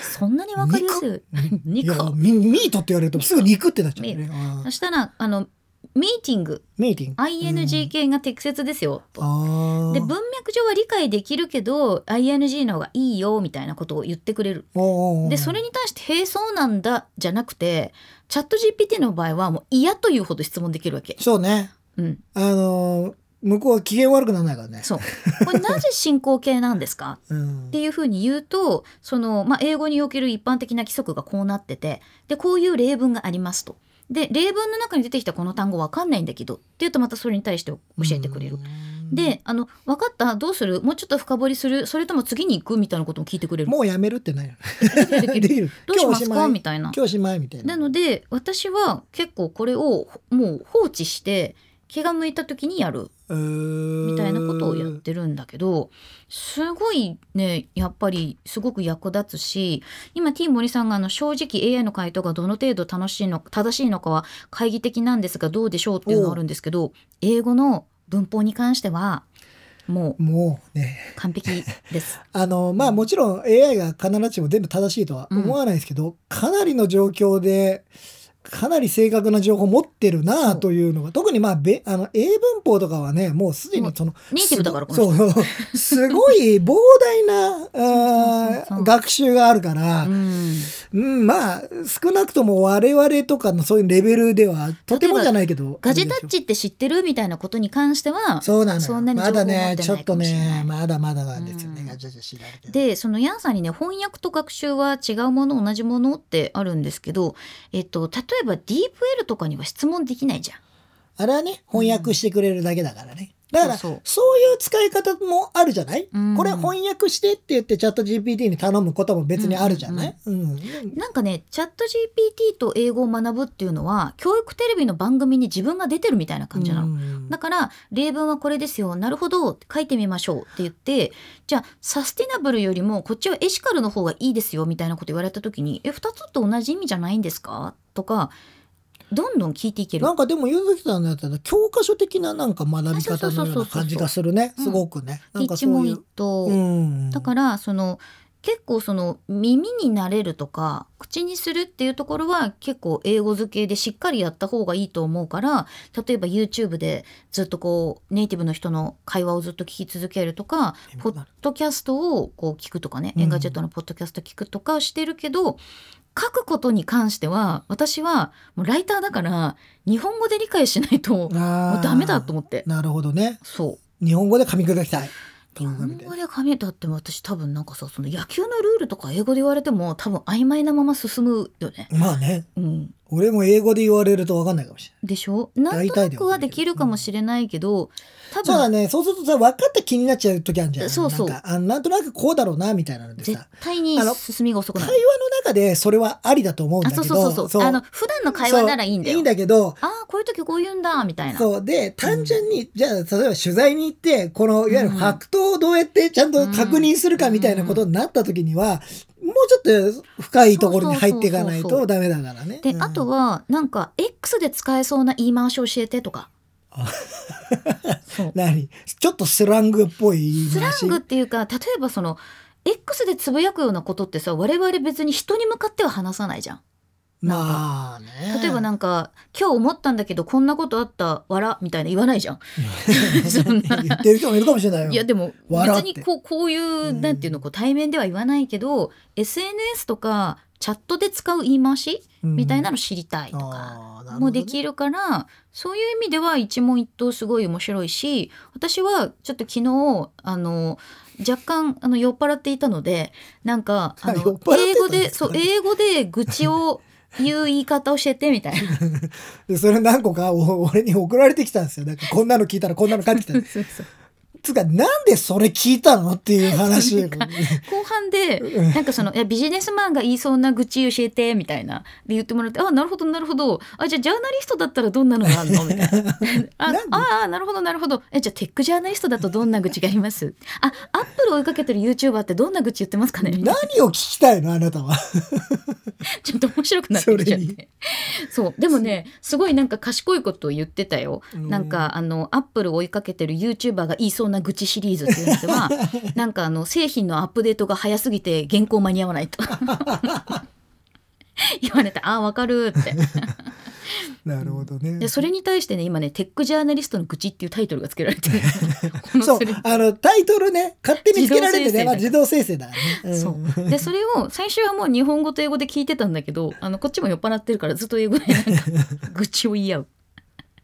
そんなに分かりやすいい肉やミミートって言われるとすぐ肉ってなっちゃうミね。うんそしたらあのミーティングミーティング。 ING 系が適切ですよ、とああ。で文脈上は理解できるけど ING の方がいいよみたいなことを言ってくれるおうおうおうでそれに対して「へえそうなんだ」じゃなくてチャット GPT の場合はもう嫌というほど質問できる わけ。そうね。うん、あのー向こうは機嫌悪くならないからね。そうこれなぜ進行形なんですかうんっていうふうに言うとその、まあ、英語における一般的な規則がこうなっててでこういう例文がありますと。で例文の中に出てきたこの単語わかんないんだけどって言うとまたそれに対して教えてくれる。。であの分かったどうするもうちょっと深掘りするそれとも次に行くみたいなことも聞いてくれうんる。もうやめるってないで でききるる。どう今日しまおすしかまいみたいな。今日しまいみたいな。なので私は結構これをもう放置して気が向いた時にやるみみたいなことをやってるんだけどすごいねやっぱりすごく役立つし今 T 森さんがあの正直 AI の回答がどの程度楽しいの正しいのかは懐疑的なんですがどうでしょうっていうのがあるんですけど英語の文法に関してはもうもうね、完璧です。あの、まあもちろん AI が必ずしも全部正しいとは思わないですけど、かなりの状況で、かなり正確な情報を持ってるなあというのが、特にまあ、べあの、英文法とかはね、もうすでにその、ネイティブだからこの人。そうそう、すごい膨大なあそうそうそうそうー学習があるから、うんうん、まあ少なくとも我々とかのそういうレベルではとてもじゃないけどガジェタッチって知ってるみたいなことに関してはそうなのよそんなにま情報持だってなねいちょっかともしれなねいまだまだなんですよね、うんガジェタッチ知られてるでそのヤンさんにね翻訳と学習は違うもの同じものってあるんですけど、えっと、例えば DeepL とかには質問できないじゃん。あれはね翻訳してくれるだけだからね、だからそうそうそういう使い方もあるじゃない、うんこれ翻訳してって言ってチャット GPT に頼むことも別にあるじゃない、うんなんかねチャット GPT と英語を学ぶっていうのは教育テレビの番組に自分が出てるみたいな感じなうの。んだから例文はこれですよなるほど書いてみましょうって言ってじゃあサスティナブルよりもこっちはエシカルの方がいいですよみたいなこと言われた時に「え2つって同じ意味じゃないんですか?」とかどんどん聞いていけるな。んかでも柚木さんのやつだと教科書的ななんか学び方のような感じがするねそすうそうそうそうごくね、なんか一そう問い一う、答、うん、だからその結構その耳に慣れるとか口にするっていうところは結構英語付けでしっかりやった方がいいと思うから例えば YouTube でずっとこうネイティブの人の会話をずっと聞き続けるとかポッドキャストをこう聞くとかね、うんエンガジェットのポッドキャスト聞くとかをしてるけど書くことに関しては私はもうライターだから日本語で理解しないともうもダメだと思ってなるほどね。そう日本語で噛み砕きたい。日本語で紙だって私多分なんかさその野球のルールとか英語で言われても多分曖昧なまま進むよね。まあね、うん、俺も英語で言われると分かんないかもしれない。でしょなん大と体なでくはなはいけどできるかもしれないけど多そうだ分ね、そうするとさ、分かった気になっちゃう時あるんじゃないそうそうなんかあなんとなくこうだろうな、みたいなので絶さ。対にあの進みが遅く会な話のる。中でそれはありだと思うんだあけそど。うそうそうそうあの普段の会話ならいいんだよ。そういいんだけど、ああこういう時こう言うんだみたいな。そうで単純に、じゃあ例えば取材に行ってこのいわゆるファクトをどうやってちゃんと確認するかみたいなことになった時には、もうちょっと深いところに入っていかないとダメだからね。で、うんあとはなんか X で使えそうな言い回し教えてとか。そう何ちょっとスラングっぽい言いスラ回しングっていうか例えばその X でつぶやくようなことってさ我々別に人に向かっては話さないじゃん。まあね例えばなんかんか「今日思ったんだけどこんなことあったわら」みたいな言わないじゃん。そんな言ってる人もいるかもしれないよいやでも別笑ってにこうこういううんなんていうのこう対面では言わないけど SNS とかチャットで使う言い回しみたいなの知りたいとか。もできるるからそういう意味では一問一答すごい面白いし私はちょっと昨日あの若干あの酔っ払っていたのでなんかああ 酔っ払のって英た語んでですそうか英語で愚痴を言う言い方を教えてみたい な。それ何個かお俺に送られてきたんですよなんかこんなの聞いたらこんなの返ってきたそうそうつうか、なんでそれ聞いたのっていう 話。なんか後半でうんなんかそのいやビジネスマンが言いそうな愚痴教えてみたいなで言ってもらってあなるほどなるほどあじゃあジャーナリストだったらどん なのがあるのみたいなあなんでああなるほどなるほどえじゃあテックジャーナリストだとどんな愚痴がありますあアップル追いかけてる YouTuber ってどんな愚痴言ってますかねみたいな何を聞きたいのあなたは。 ちょっと面白くなってきちゃっそれてそうでもねすごいなんか賢いことを言ってたよなんかあのアップル追いかけてる YouTuber が言いそうな愚痴シリーズっていうので はなんかあの製品のアップデートが早すぎて原稿間に合わないと 言われてああわかるってなるほどね。でそれに対してね今ね「テックジャーナリストの愚痴」っていうタイトルがつけら れてるこのそうスレ、あの、タイトルね、勝手につけられてね、まあ自自動生成だからね。そんうでそれを最初はもう日本語と英語で聞いてたんだけどあのこっちも酔っ払ってるからずっと英語でなんか愚痴を言い合う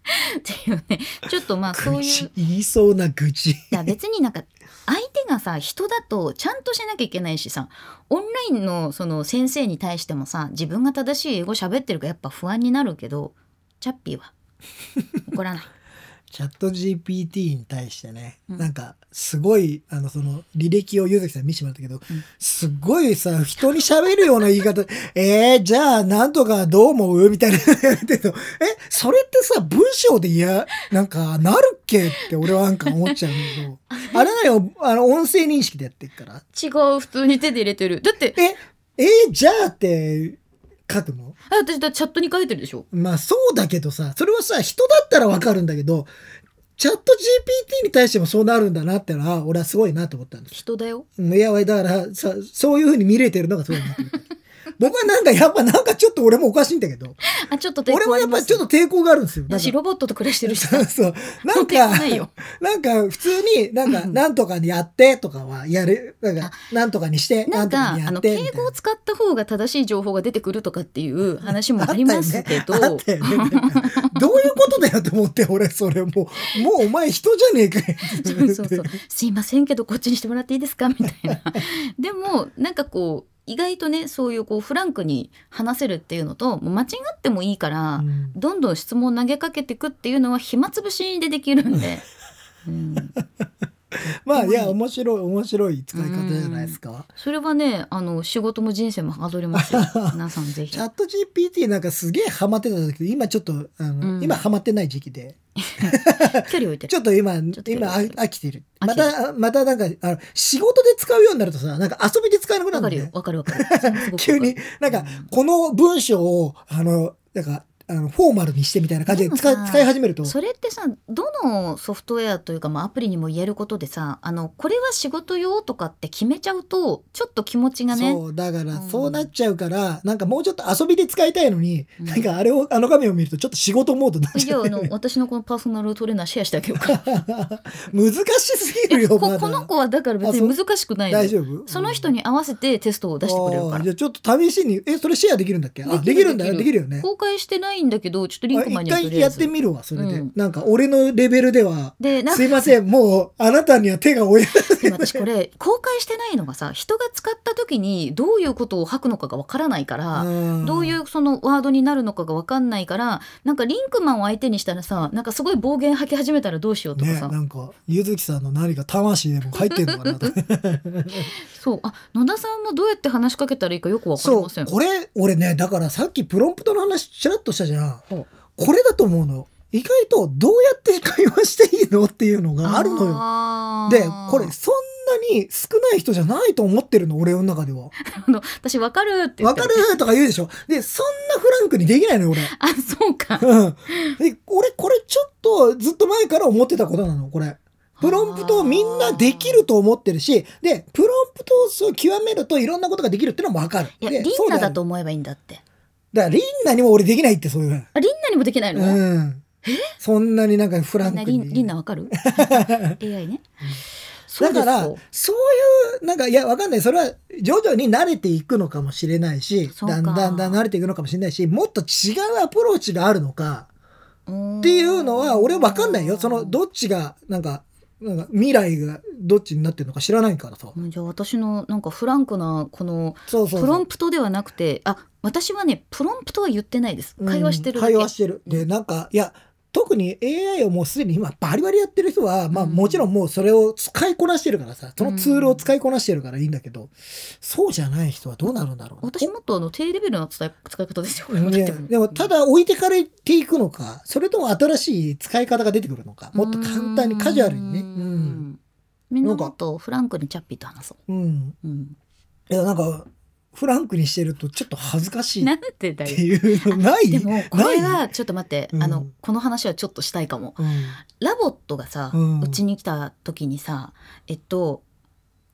っていうねちょっとまあそう愚いう痴言いそうな愚痴。いや別になんか相手がさ人だとちゃんとしなきゃいけないしさオンラインのその先生に対してもさ自分が正しい英語喋ってるかやっぱ不安になるけどチャッピーは怒らない。チャット GPT に対してね、うんなんかすごいあのその履歴をゆずきさん見せてもらったけど、んすごいさ人に喋るような言い方 「えー、じゃあなんとかどう思う?」みたいな のやってると「えそれってさ文章でいやなんかなるっけ?」って俺はなんか思っちゃうんだ けどあれなよあの音声認識でやってるから違う普通に手で入れてるだって「ええー、じゃあ」って書くのあ私だってチャットに書いてるでしょまあそうだけどさ、それはさ、人だったらわかるんだけど、チャット GPT に対してもそうなるんだなってのは、俺はすごいなと思ったんです。人だよいや、だからさ、そういうふうに見れてるのがすごいなと思った。僕はなんか、やっぱなんかちょっと俺もおかしいんだけど、あちょっと抵俺抗もあやりっまぱすちょっと抵抗があるんですよ。なん私かロボットと暮らしてる人そうそう。なん抵抗かないよ、なんか普通に、なんか、うんなんとかにやってとかはやる、なんか、なんとかにして、なんとかかにやあのってみ敬たい語なを使った方が正しい情報が出てくるとかっていう 話もありますけど、あったよねあったよねなんかどういうことだよと思って俺それもうもうお前人じゃねえかよ そうそうそう「すいませんけどこっちにしてもらっていいですか?」みたいな。 でもなんかこう意外とねそういうこうフランクに話せるっていうのともう間違ってもいいから、うんどんどん質問を投げかけていくっていうのは暇つぶしでできる んで。うん、まあいや面白い面白い使い方じゃないですか。それはねあの仕事も人生もはかどりますよ皆さんぜひチャット GPT なんかすげえハマってたんだけど今ちょっとあの、うん今ハマってない時期で距離置いてちるょっと今っと今あやってる飽きてる飽まきてるたまたなんかあの仕事で使うようになるとさなんか遊びで使えなくなるわかんだるよよねわかるわかるそれすごくわか る急になんかこの文章をあのなんかあのフォーマルにしてみたいな感じで使いでもさ使い始めるとそれってさどのソフトウェアというか、まあ、アプリにも言えることでさあのこれは仕事用とかって決めちゃうとちょっと気持ちがねそうだからうんそうなっちゃうから、なんかもうちょっと遊びで使いたいのに、うんなんかあれをあの画面を見るとちょっと仕事モードになっじちゃゃあう あの私のこのパーソナルトレーナーシェアしてあげようか難しすぎるよこまだこの子はだから別に難しくないの大よ丈夫その人に合わせてテストを出してくれるかあーらじゃあちょっと試しにえそれシェアできるんだっけあできるんだよできるよね公開してないんだけどちょっとリンあクマン一にはと回りあやえってずみるわそれで、うんなんか俺のレベルではでなんすかいませんもうあなたには手が負えでも私これ公開してないのがさ人が使った時にどういうことを吐くのかがわからないから、ないどういううそのワードになるのかが分かんないからなんかリンクマンを相手にしたらさなんかすごい暴言吐き始めたらどうしようとかね、さ、なんかゆずきさんの何か魂でも入ってるのかなとそうあ野田さんもどうやって話しかけたらいいかよく分かりそませ。うんこれ俺ねだからさっきプロンプトの話ちらっとしたじゃんほうこれだと思うの意外とどうやって会話していいのっていうのがあるのよよでこれそんなに少ない人じゃないと思ってるの俺の中で はあの私分かるって言わったからるとか言うでしょでそんなフランクにできないのよ俺あそうかうんで俺これちょっとずっと前から思ってたことなのこれプロンプトをみんなできると思ってるしでプロンプトをそう極めるといろんなことができるってのもわかるいやでリンそうナよだと思えばいいんだってだからリンナにも俺できないってそういうあリンナにもできないの、みうんそんなになんかフラんなンクリにンリンナ分 かる AI ね、そうだでかすらよそういうなんかいやわかんないそれは徐々に慣れていくのかもしれないしそうかだんだんだん慣れていくのかもしれないしもっと違うアプローチがあるのかっっていうのは俺わかんないよそのどっちがなんかなんか未来がどっちになってるのか知らないからさじゃあ私のなんかフランクなこのそうそうそうプロンプトではなくてあ私はねプロンプトは言ってないです会話してるだけ、うん会話してるでなんかいや特に AI をもうすでに今バリバリやってる人は、まあうんもちろんもうそれを使いこなしてるからさ、そのツールを使いこなしてるからいいんだけど、そうじゃない人はどうなるんだろうな。私もっとあの低レベルの使い使い方ですよ。これもだっねてう、でもただ置いてかれていくのかそれとも新しい使い方が出てくるのかもっと簡単にカジュアルにねううんんみんななんかもっとフランクにチャッピーと話そうんう。うん、いやなんかフランクにしてるとちょっと恥ずかしいっなんてだてよ。いうのないでもこれないはちょっと待って、うんあのこの話はちょっとしたいかも。うんラボットがさうんうち、に来た時にさえっと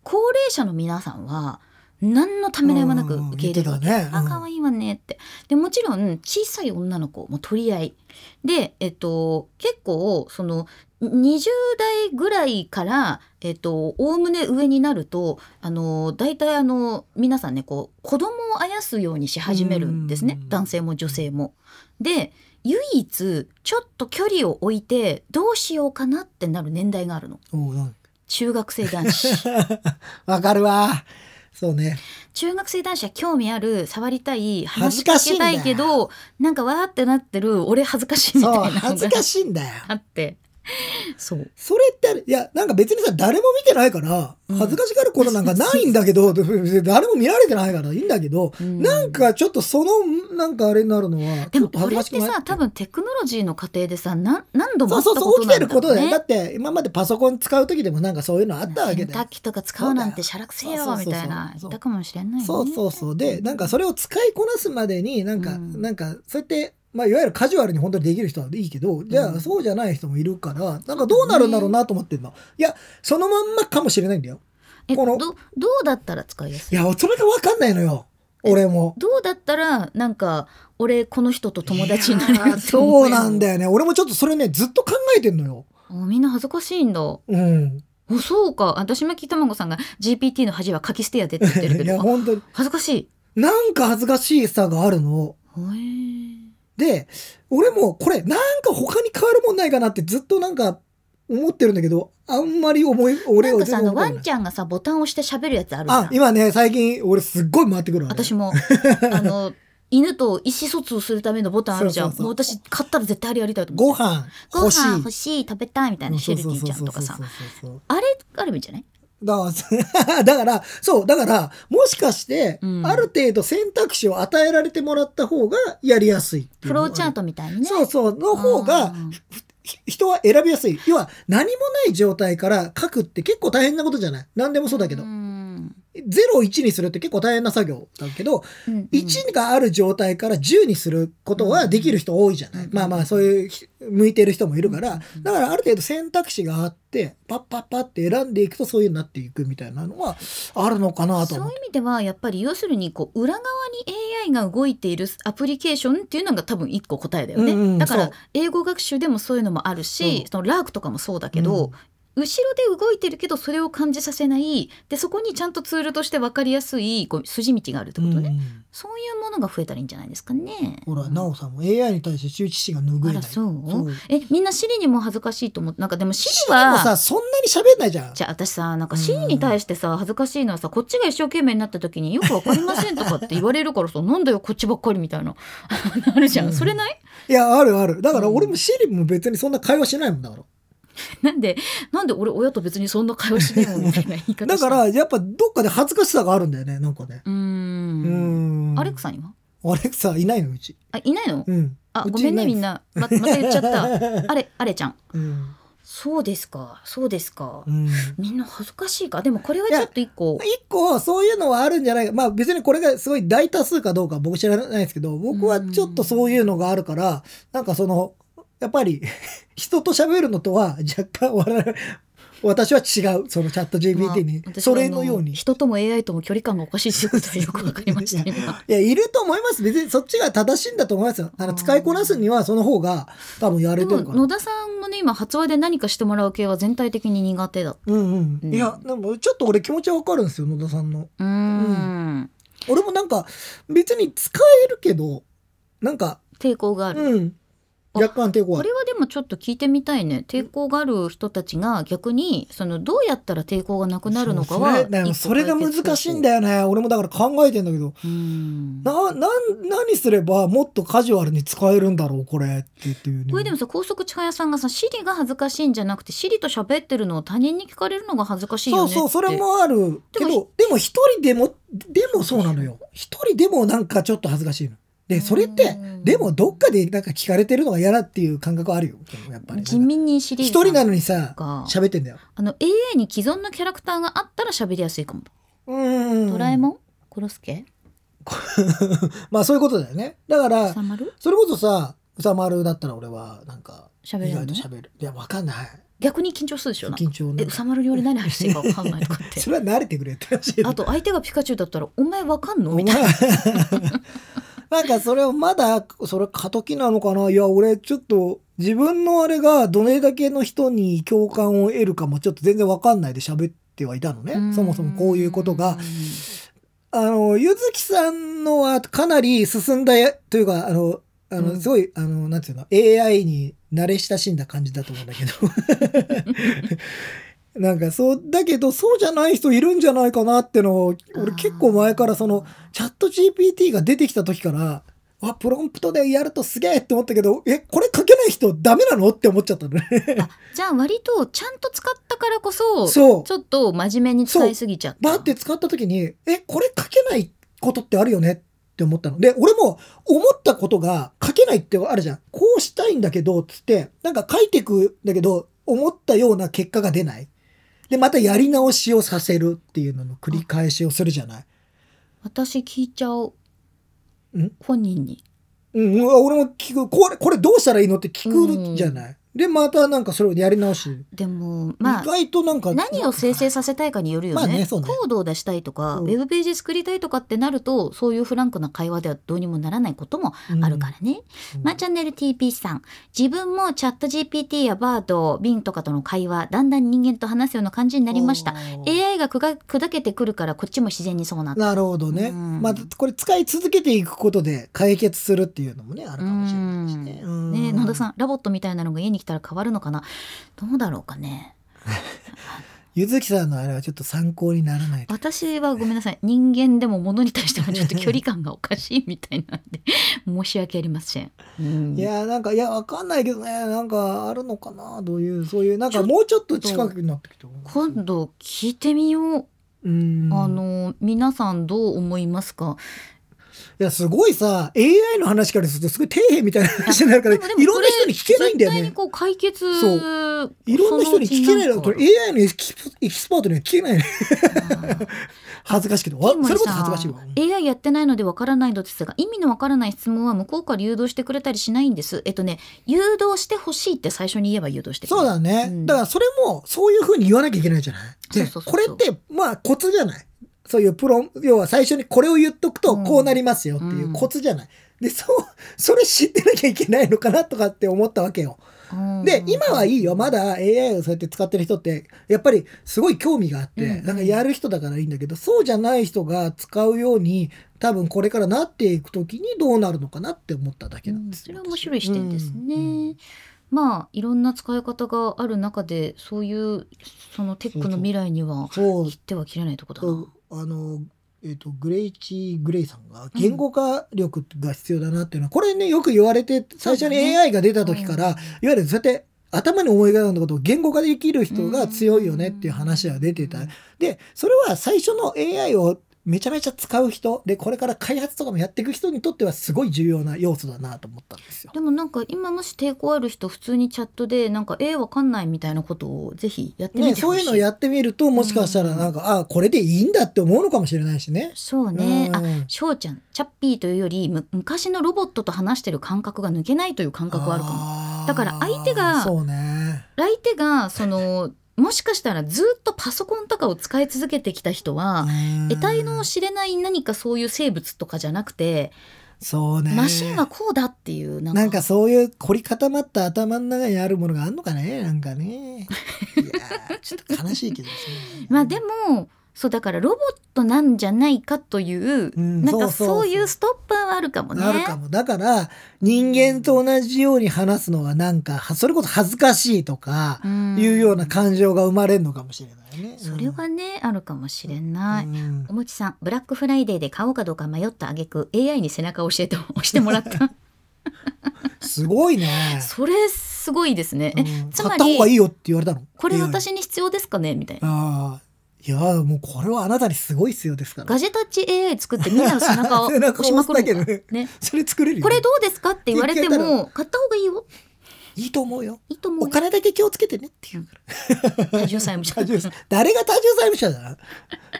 高齢者の皆さんは何のためらいもなく受け入れるわけ、うん言ってたねあうん可愛いわねってでもちろん小さい女の子も取り合いでえっと結構その20代ぐらいからえっとおおむね上になるとあの大体あの皆さんねこう子供をあやすようにし始めるんですねうん男性も女性も。で唯一ちょっと距離を置いてどうしようかなってなる年代があるのおうなんか中学生男 子わかるわそうね中学生男子は興味ある触りたい恥話ずしかかしいけんだたよいけどなんかわーってなってる俺恥ずかしいみたいそうなの恥ずがかしいんだよ あってそうそれっていやなんか別にさ誰も見てないからうん恥ずかしがることなんかないんだけど、誰も見られてないからいいんだけど、うんなんかちょっとそのなんかあれになるのはでちょもっとこ恥ずれかっしくてないさ多分テクノロジーの過程でさ何何度もあそうったそこうそうと起きてなんるだことろうだよだねって今までパソコン使う時でもなんかそういうのあったわけ洗だよ濯機とか使うなんてしゃらくせえそうよだよみたいなそうそうそうそう言ったかもしれないねそうそうそうでなんかそれを使いこなすまでになんか、うんなんかそうやって、まあ、いわゆるカジュアルに本当にできる人はいいけどじゃうんあそうじゃない人もいるからなんかどうなるんだろうなと思ってんの、いやそのまんまかもしれないんだよえこどのどうだったら使いやすいいやそれが分かんないのよ俺も。どうだったらなんか俺この人と友達になれいやるーと思 そううなんだよよね俺もちょっとそれねずっと考えてんのよ。あみんな恥ずかしいんだうん、おそうか私巻きたまごさんが GPT の恥は書き捨てやでって言ってるけ いやどあ本当に恥ずかしいなんか恥ずかしさがあるの。へーで、俺もこれなんか他に変わるもんないかなってずっとなんか思ってるんだけど、あんまり思い、俺なをんかさあの思いワ浮ンかちゃんがさボタン押して喋るやつあるじゃばないあ、ん今ね、最近俺すっごい回ってくるわ、ね。私 もあの犬と意思疎通するためのボタンあるじゃそんうそうそうもう私買ったら絶対あれやりたいとご思う飯ご欲しい。飯欲しい食べたいみたいなシェルティちゃんとかさそうそうそうそうあれあればいいんじゃないそう だから、 だから、そう、だから、もしかして、うんある程度選択肢を与えられてもらった方がやりやすいっていフうのロはーチャートみたいにねそうそう、の方あがー、ひ人は選びやすい。要は、何もない状態から書くって結構大変なことじゃない何でもそうだけどう。ん0を1にするって結構大変な作業だけど、うんうん1がある状態から10にすることはできる人多いじゃない、うんまあまあそういうひ向いてる人もいるから、うんだからある程度選択肢があってパッパッパって選んでいくとそういうのになっていくみたいなのはあるのかなとそう思いうう。意味ではやっぱり要するにこう裏側に AI が動いているアプリケーションっていうのが多分一個答えだよね、うんうんだかそらう英語学習でもそういうのもあるしうんそのラークとかもそうだけど、後ろで動いてるけどそれを感じさせないでそこにちゃんとツールとして分かりやすいこう筋道があるってうこん、とね、そういうものが増えたらいいんじゃないですかね。ほら、なおさんも AI に対して周知心が拭えなあい。らそうそうえみんなシリにも恥ずかしいと思ってなんかでもシリでもはさ、そんなに喋んないじゃん。じゃあ私さなんかうん C に対してさ恥ずかしいのはさこっちが一生懸命になった時によくわかりませんとかって言われるか らさなんだよこっちばっかりみたいな なるじゃん、うんそれないいや、あるある。だからうん俺もシリも別にそんな会話しないもんだから。なんでなんで俺親と別にそんな会話しないもんみたいな言い方だかうら、やっぱどっかで恥ずかしさがあるんだよね、なんかね。ーうんん。アレクサにはアレクサいないの、うち。あいないのうん。あうちごめんねいみんななままた言っち ゃったいです。 あれあれちゃんうん。そうですかそうですか、うんみんな恥ずかしいかでもこれはちょっと一個一個そういうのはあるんじゃないかまあ別にこれがすごい大多数かどうかは僕知らないですけど僕はちょっとそういうのがあるからなんかそのやっぱり 人と喋るのとは若干我々私は違うそのチャットまあ GPT に、私はそれあのように。人とも AI とも距離感がおかしいっていうことはよくわかりました今いやいると思います別にそっちが正しいんだと思いますよああのー使いこなすにはその方が多分やでれてもるから野田さんのね今発話で何かしてもらう系は全体的に苦手だううんうん、うんいやでもちょっと俺気持ちはわかるんですよ野田さんのーん俺もなんか別に使えるけどなんか抵抗がある、うんあ若干抵抗こあるれはでもちょっと聞いてみたいね抵抗がある人たちが逆にそのどうやったら抵抗がなくなるのかはそうそれだからそれが難しいんだよ、よね俺もだから考えてんだけどうんななん何すればもっとカジュアルに使えるんだろうこれってっていうねこれでもさ高速茶屋さんがさシリが恥ずかしいんじゃなくてシリと喋ってるのを他人に聞かれるのが恥ずかしいよねそっうてそうそれもあるけでどでも一人でもでもそうなのよ一人でもなんかちょっと恥ずかしいのでそれってうんでもどっかでなんか聞かれてるのが嫌だっていう感覚はあるよやっぱり人民にシリ一人なののにさか喋ってんだよあの AA に既存のキャラクターがあったら喋りやすいかも、うんドラえもんコロスケまあそういうことだよねだからサマルそれこそさうさまるだったら俺はなんか喋意れる外との喋るいやわかんない逆に緊張するでしょなんか緊張えねうさまるに俺何話していいか分かんないとかっ てそれは慣れてくれって話あと相手がピカチュウだったら「お前わかんの?」おみ前たいな なんかそれをまだそれ過渡期なのかないや俺ちょっと自分のあれがどれだけの人に共感を得るかもちょっと全然わかんないで喋ってはいたのねそもそもこういうことがあのゆずきさんのはかなり進んだやというかあのあの、うんすごいあのなんていうの AI に慣れ親しんだ感じだと思うんだけど なんかそうだけどそうじゃない人いるんじゃないかなってのを俺結構前からそのチャット GPT が出てきた時からわプロンプトでやるとすげえって思ったけどえこれ書けない人ダメなのって思っちゃったのねあじゃあ割とちゃんと使ったからこ そそうちょっと真面目に使いすぎちゃったバーって使った時に、え、これ書けないことってあるよねって思ったの。で、俺も思ったことが書けないってあるじゃん。こうしたいんだけど、つって、なんか書いてくんだけど、思ったような結果が出ない。で、またやり直しをさせるっていうのの繰り返しをするじゃない。私聞いちゃおうん本人にうん、うん俺も聞く、これ、これどうしたらいいのって聞くじゃない。で、またなんかそれをやり直し。でもま意あ外となんか。何を生成させたいかによるよね,、まあねそうねコードを出したいとか、うんウェブページ作りたいとかってなるとそういうフランクな会話ではどうにもならないこともあるからね、うんまあ、チャンネル TP さん自分もチャット GPT やバードビンとかとの会話だんだん人間と話すような感じになりましおたー AI がくが砕けてくるからこっちも自然にそうなったなるほどね。うんまあ、これ使い続けていくことで解決するっていうのもね、あるかもしれないしね。うんねえ野田さん。んラボットみたいなのが家に来たら変わるのかなどうだろうかねゆずきさんのあれはちょっと参考にならない。私はごめんなさい人間でも物に対してもちょっと距離感がおかしいみたいなんで 申し訳ありません、うんいやーなんかいやわかんないけどねなんかあるのかなどういうそういうなんかもうちょっと近くになってきて今度聞いてみようう、んあの皆さんどう思いますかいやすごいさ AI の話からするとすごい底辺みたいな話になるからい でもでもろんな人に聞けないんだよ絶対にねこう解決そいろんな人に聞けないのこれ AI のエキスエキスパートには聞けないね 恥ずかしいけどわそそのうちれのこそさ恥ずかしいわ AI やってないのでわからないのですが意味のわからない質問は向こうから誘導してくれたりしないんですえっとね誘導してほしいって最初に言えば誘導してくれるそうだね、うんだからそれもそういうふうに言わなきゃいけないじゃないでそうそうそうこれってまあコツじゃないそういうプロン要は最初にこれを言っとくとうんこうなりますよっていううんコツじゃない、でそうそれ知ってなきゃいけないのかなとかって思ったわけようんで今はいいよまだ AI をそうやって使ってる人ってやっぱりすごい興味があって、うんなんかやる人だからいいんだけどそうじゃない人が使うように多分これからなっていく時にどうなるのかなって思っただけなんですそよれは面白い視点ですね。うんうんまあいろんな使い方がある中でそういうそのテックの未来にはそう切っては切れないとこだな。とあの、えっとグレイチー・グレイさんが言語化力が必要だなっていうのは、これねよく言われて最初にそうだね AI が出た時から、うんいわゆるそうやって頭に思い浮かんだことを言語化できる人が強いよねっていう話は出てた。うんでそれは最初の AI をめちゃめちゃ使う人でこれから開発とかもやっていく人にとってはすごい重要な要素だなと思ったんですよ。でもなんか今もし抵抗ある人普通にチャットでなんかえーわかんないみたいなことをぜひやってみね、てほそしい。ういうのをやってみるともしかしたらなんか、あこれでいいんだって思うのかもしれないしね。そうね。あうんしょうちゃんチャッピーというよりむ昔のロボットと話してる感覚が抜けないという感覚はあるかも。あーだから相手がそうね相手がそのもしかしたらずっとパソコンとかを使い続けてきた人は、うん得体の知れない何かそういう生物とかじゃなくて、そうねマシンはこうだっていうなんかなんかそういう凝り固まった頭の中にあるもの があるのかねなんかねいやーちょっと悲しいけどですねまあでもそうだからロボットなんじゃないかという、うんなそんかうそうそうそういうストッパーはあるかもね。なるかも。だから、人間と同じように話すのはなんか、はそれこそ恥ずかしいとか、うんいうような感情が生まれるのかもしれないね。それはね、あるかもしれない。うんおもちさん、ブラックフライデーで買おうかどうか迷った挙句 AI に背中を教えて押してもらった。すごいね。 それすごいですね。えうんつま買りった方がいいよって言われたの。これ AI 私に必要ですかねみたいな。ああ。いやー、もうこれはあなたにすごい必要ですから。ガジェタッチ AI 作ってみんなの背中を背中押しまくる押すだのけかでね。それ作れるよ。これどうですかって言われて言っても買った方がいいよ。いいと思うよ。いいと思おうよ。金だけ気をつけてねっていう。多重債務者多重債誰が多重債務者だな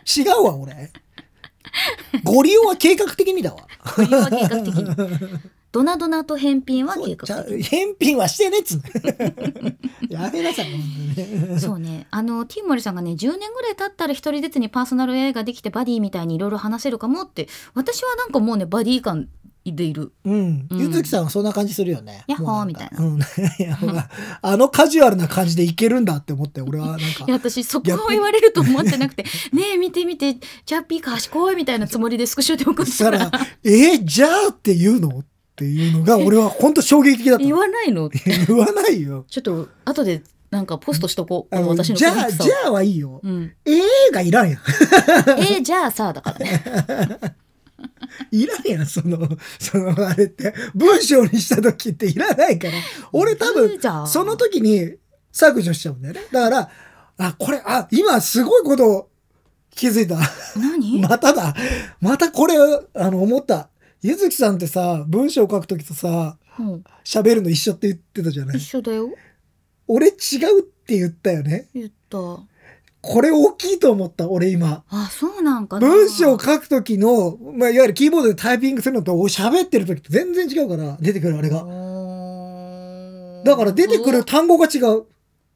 違うわ、俺。ご利用は計画的にだわ。というわけ計画 的に。ドナドナと返品は計じゃ画あ的返品はしてねっつうの やめなさい、本当にね。そうねあのティーモリさんがね10年ぐらい経ったら一人ずつにパーソナル AI ができてバディみたいにいろいろ話せるかもって私はなんかもうねバディ感でいるうん。うんゆずきさんはそんな感じするよね。ヤッホーもうなんかみたいなうん。 いやほらあのカジュアルな感じでいけるんだって思って、俺はなんかいや。私そこを言われると思ってなくて 「ねえ見て見てチャッピー賢い」みたいなつもりでスクショで送そっしたたらら、えじゃあって言うのっていうのが、俺は本当衝撃的だった。言わないの言わないよ。ちょっと後でなんかポストしとこうあこのの私のじゃあ、クリップさじゃあはいいよを。うん、えがいらんやん。えじゃあさあだからねいらんやん、その、そのあれって。文章にした時っていらないから。俺多いい分じゃ、んその時に削除しちゃうんだよね。だから、あ、これ、あ、今すごいことを気づいた。何、まただ。またこれ、あの、思った。ゆずきさんってさ、文章書く時とさ、うん、喋るの一緒って言ってたじゃない一。緒だよ俺違うって言ったよね。言ったこれ大きいと思った、俺今。あそうなんかな文章を書く時の、まあ、いわゆるキーボードでタイピングするのと、お喋ってる時と全然違うから、出てくるあれが。だから出てくる単語が違う。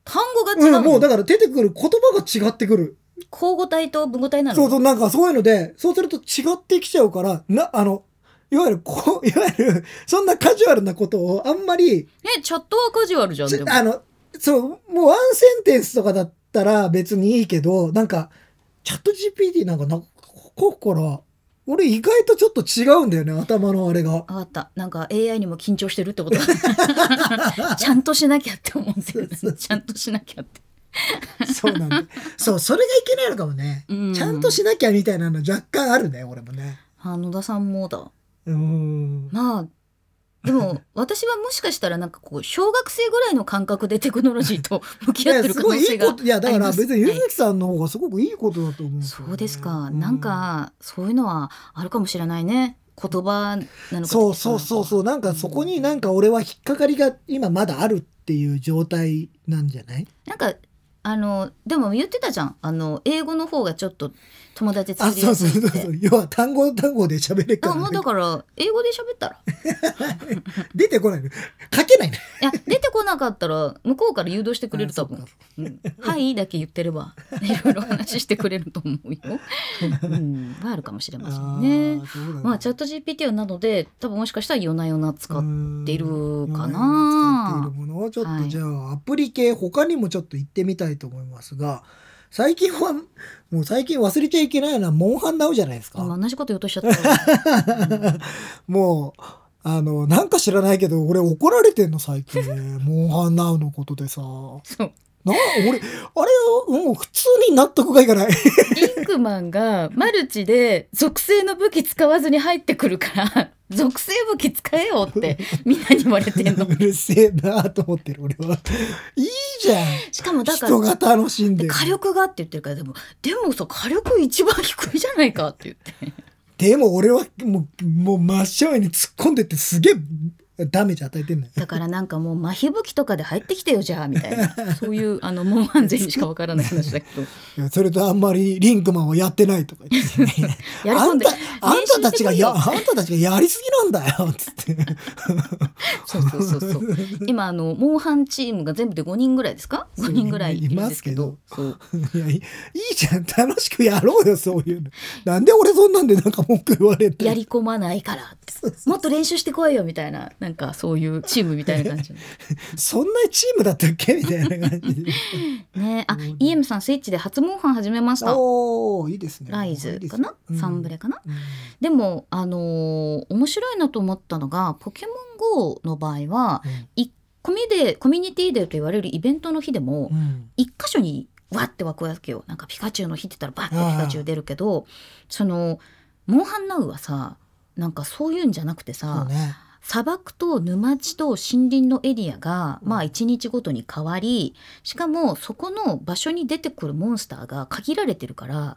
単語が違ううの、ん、もうだから出てくる言葉が違ってくる。交互体と文語体なのそうそう、なんかそういうので、そうすると違ってきちゃうから、な、あの、いわゆる、こう、いわゆる、そんなカジュアルなことをあんまり、えチャットはカジュアルじゃんちでもあの、そう、もうワンセンテンスとかだったら別にいいけど、なんか、チャット GPT なんかな、ここから、俺意外とちょっと違うんだよね、頭のあれ が。分かったなんか AI にも緊張してるってこと ちゃんとしなきゃって思うんだよねちゃんとしなきゃって、そうなんだ。そう、それがいけないのかもね。うん、ちゃんとしなきゃみたいなの若干あるね、俺もね。あ野田さんもだうん。まあでも私はもしかしたらなんかこう小学生ぐらいの感覚でテクノロジーと向いき合っや、てする可ご能いい性いがこと、いや、だから別にゆはいずきさんの方がすごくいいことだと思うんですよね、そうですか、うんなん、かそういうのはあるかもしれないね言葉なのかそうそうそうそう、なんかそこになんか俺は引っかかりが今まだあるっていう状態なんじゃないなんかあのでも言ってたじゃんあの英語の方がちょっと友達あ、作りそうやすそういそっうてそう。要は単語単語で喋れっからあもうだから英語で喋ったら出てこない。書けないね。いや出てこなかったら向こうから誘導してくれる多分あ「うんはい」だけ言ってればいろいろ話してくれると思うよ。うん、はあるかもしれませんね。ーそうなんだまあチャット GPT などで多分もしかしたら夜な夜な使っってるかなうん使っているものをちょっはといじゃあアプリ系他にもちょっと行ってみたいと思いますが最近はもう最近忘れちゃいけないのはモンハンナウじゃないです今か。同じこと言おうとしちゃった。 もうあのなんか知らないけど俺怒られてんの最近 モンハンナウのことでさ。そうな俺あれもう普通に納得がいかない。リンクマンがマルチで属性の武器使わずに入ってくる から属性武器使えよってみんなに言われてんのう。るせえなと思ってる俺は。いいじゃん しかもだから人が楽しんでるで火力がって言ってるからでもでもさ火力一番低いじゃないかって言ってでも俺はもうもう真正面に突っ込んでってすげえダメージ与えてんのよ。だからなんかもう麻痺武器とかで入ってきてよじゃあみたい なそういうあのモンハン勢にしかわからない話だけどいやそれとあんまりリンクマンをやってないとか言って、 やりあ込んんでたあんたたちがや練習あんたたちがやりすぎなんだよつってしてこいよそうそうそうそう今あのモンハンチームが全部で5人ぐらいですかそう5人ぐらいいるんですけいどまそう いやいいいいじゃん楽しくやろうよそういうのなんで俺そんなんでなんか文句言われて やり込まないからってもっと練習してこいよみたいななんかそういうチームみたいな感じのそんなチームだったっけみたいな感じで ねあ EM さんスイッチで初モンハン始めましたおーいいですねライズかな、サンブレレ、かなうんでもあのー面白いなと思ったのがポケモン GO の場合はうんコミでコミュニティデーと言われるイベントの日でもうん一箇所にわって湧くわけよなんかピカチュウの日って言ったらバッてピカチュウ出るけどそのモンハンナウはさなんかそういうんじゃなくてそうさ、ね砂漠と沼地と森林のエリアがうんまあ1日ごとに変わりしかもそこの場所に出てくるモンスターが限られてるから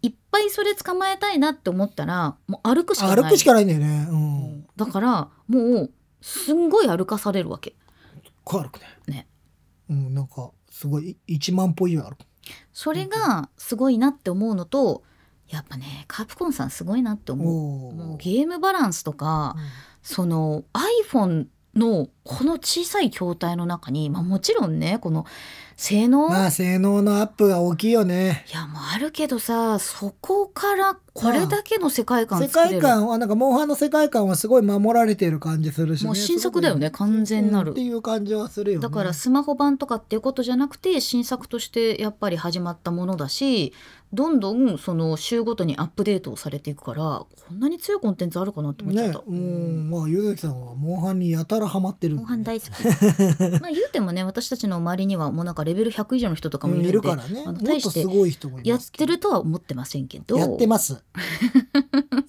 いっぱいそれ捕まえたいなって思ったらもう歩くしかない歩くしかないんだよねううんんだからもうすんごい歩かされるわけこう歩くねねうんなんかすごいい一万歩以上歩くそれがすごいなって思うのとやっぱねカプコンさんすごいなって思う。おーもうゲームバランスとかその iPhone のこの小さい筐体の中に、まあ、もちろんねこの性能、まあ性能のアップが大きいよねいやもうあるけどさそこからこれだけの世界観世作れる界観はなんかモンハンの世界観はすごい守られてる感じするし、ね、もう新作だよねすごい完全なうるんっていう感じはするよねだからスマホ版とかっていうことじゃなくて新作としてやっぱり始まったものだしどんどんその週ごとにアップデートをされていくからこんなに強いコンテンツあるかなって思っちゃっねた。うんまあゆずきさんはモンハンにやたらハマってるモンハン大好き まあ言うてもね私たちの周りにはもうなんかレベル100以上の人とかもいるんいでるからねあのもっ大としてすごい人もいやまっすてけどるとは思ってませんけどやってます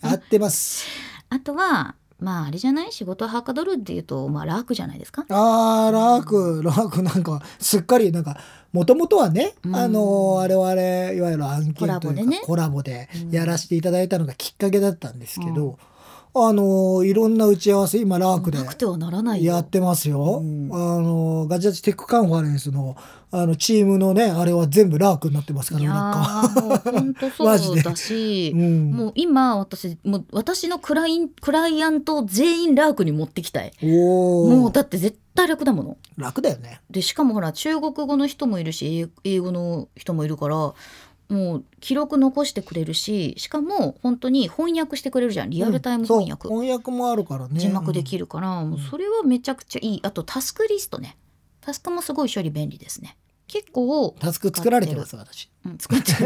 やってますあとはまああれじゃない仕事はかどるっていうとまあ楽じゃないですかあーラークラークなんかすっかりなんかもともとはね、うんあの我々いわゆる案件というかココラボラボでで,、ねうんやらせていただいたのがきっかけだったんですけど、あのいろんな打ち合わせ今ラークでなくてはならないよやってますよ、うんあのガチガチテックカンファレンスのあのチームのねあれは全部ラークになってますかいらやなんか、ーもう本 当マジそうでだしうん、もう今私もう私のクラインクライアントを全員ラークに持ってきたいおーもうだって絶対楽だもの楽だよねでしかもほら中国語の人もいるし英英語の人もいるからもう記録残してくれるししかも本当に翻訳してくれるじゃんリアルタイうムんそう翻訳、翻訳もあるからね字幕できる、るから、もううんそれはめちゃくちゃいいあとタスクリストねタスクもすごい処理便利ですね結構うん、タスク作られてます私うん作っちゃう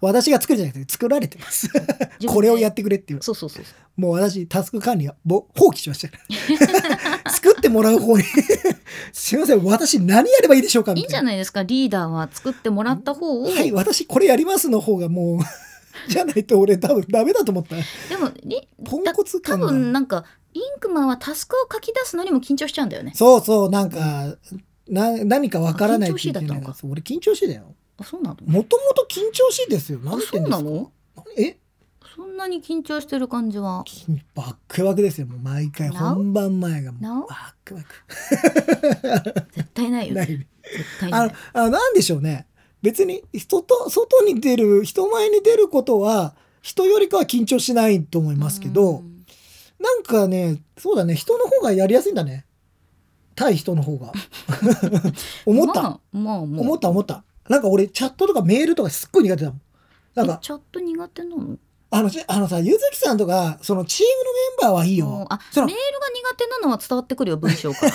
私が作るじゃなくて作られてます これをやってくれっていうそうそうそうそもう私タスク管理はぼ放棄しましたから 作ってもらう方にすいません私何やればいいでしょうかういみいんじたゃいなないですかリーダーは作ってもらった方を、はい私これやりますの方がもうじゃないと俺多分ダメだと思ったでもりポンコツ多感が分なんかリンクマンはタスクを書き出すのにも緊張しちゃうんだよねそうそうなんか、な何かわからないあ緊張しいだったのかって言ってんだけど俺緊張しいだよあそうなのもともと緊張しいですよ何あ言っそてんうですなかのえそんなに緊張してる感じは緊バックバックですよもう毎回 No？本番前がも No？うバックバック絶対ないよなねい絶対なあいあなんでしょうね別に人と外に出る人前に出ることは人よりかは緊張しないと思いますけど、うんなんかねそうだね人の方がやりやすいんだね対人の方 が 思った、まあまあまあ思った思ったなんか俺チャットとかメールとかすっごい苦手だもんなんえかチャット苦手なのあのちあのさゆずきさんとかそのチームのメンバーはいいうんよあそのメールが苦手なのは伝わってくるよ文章から。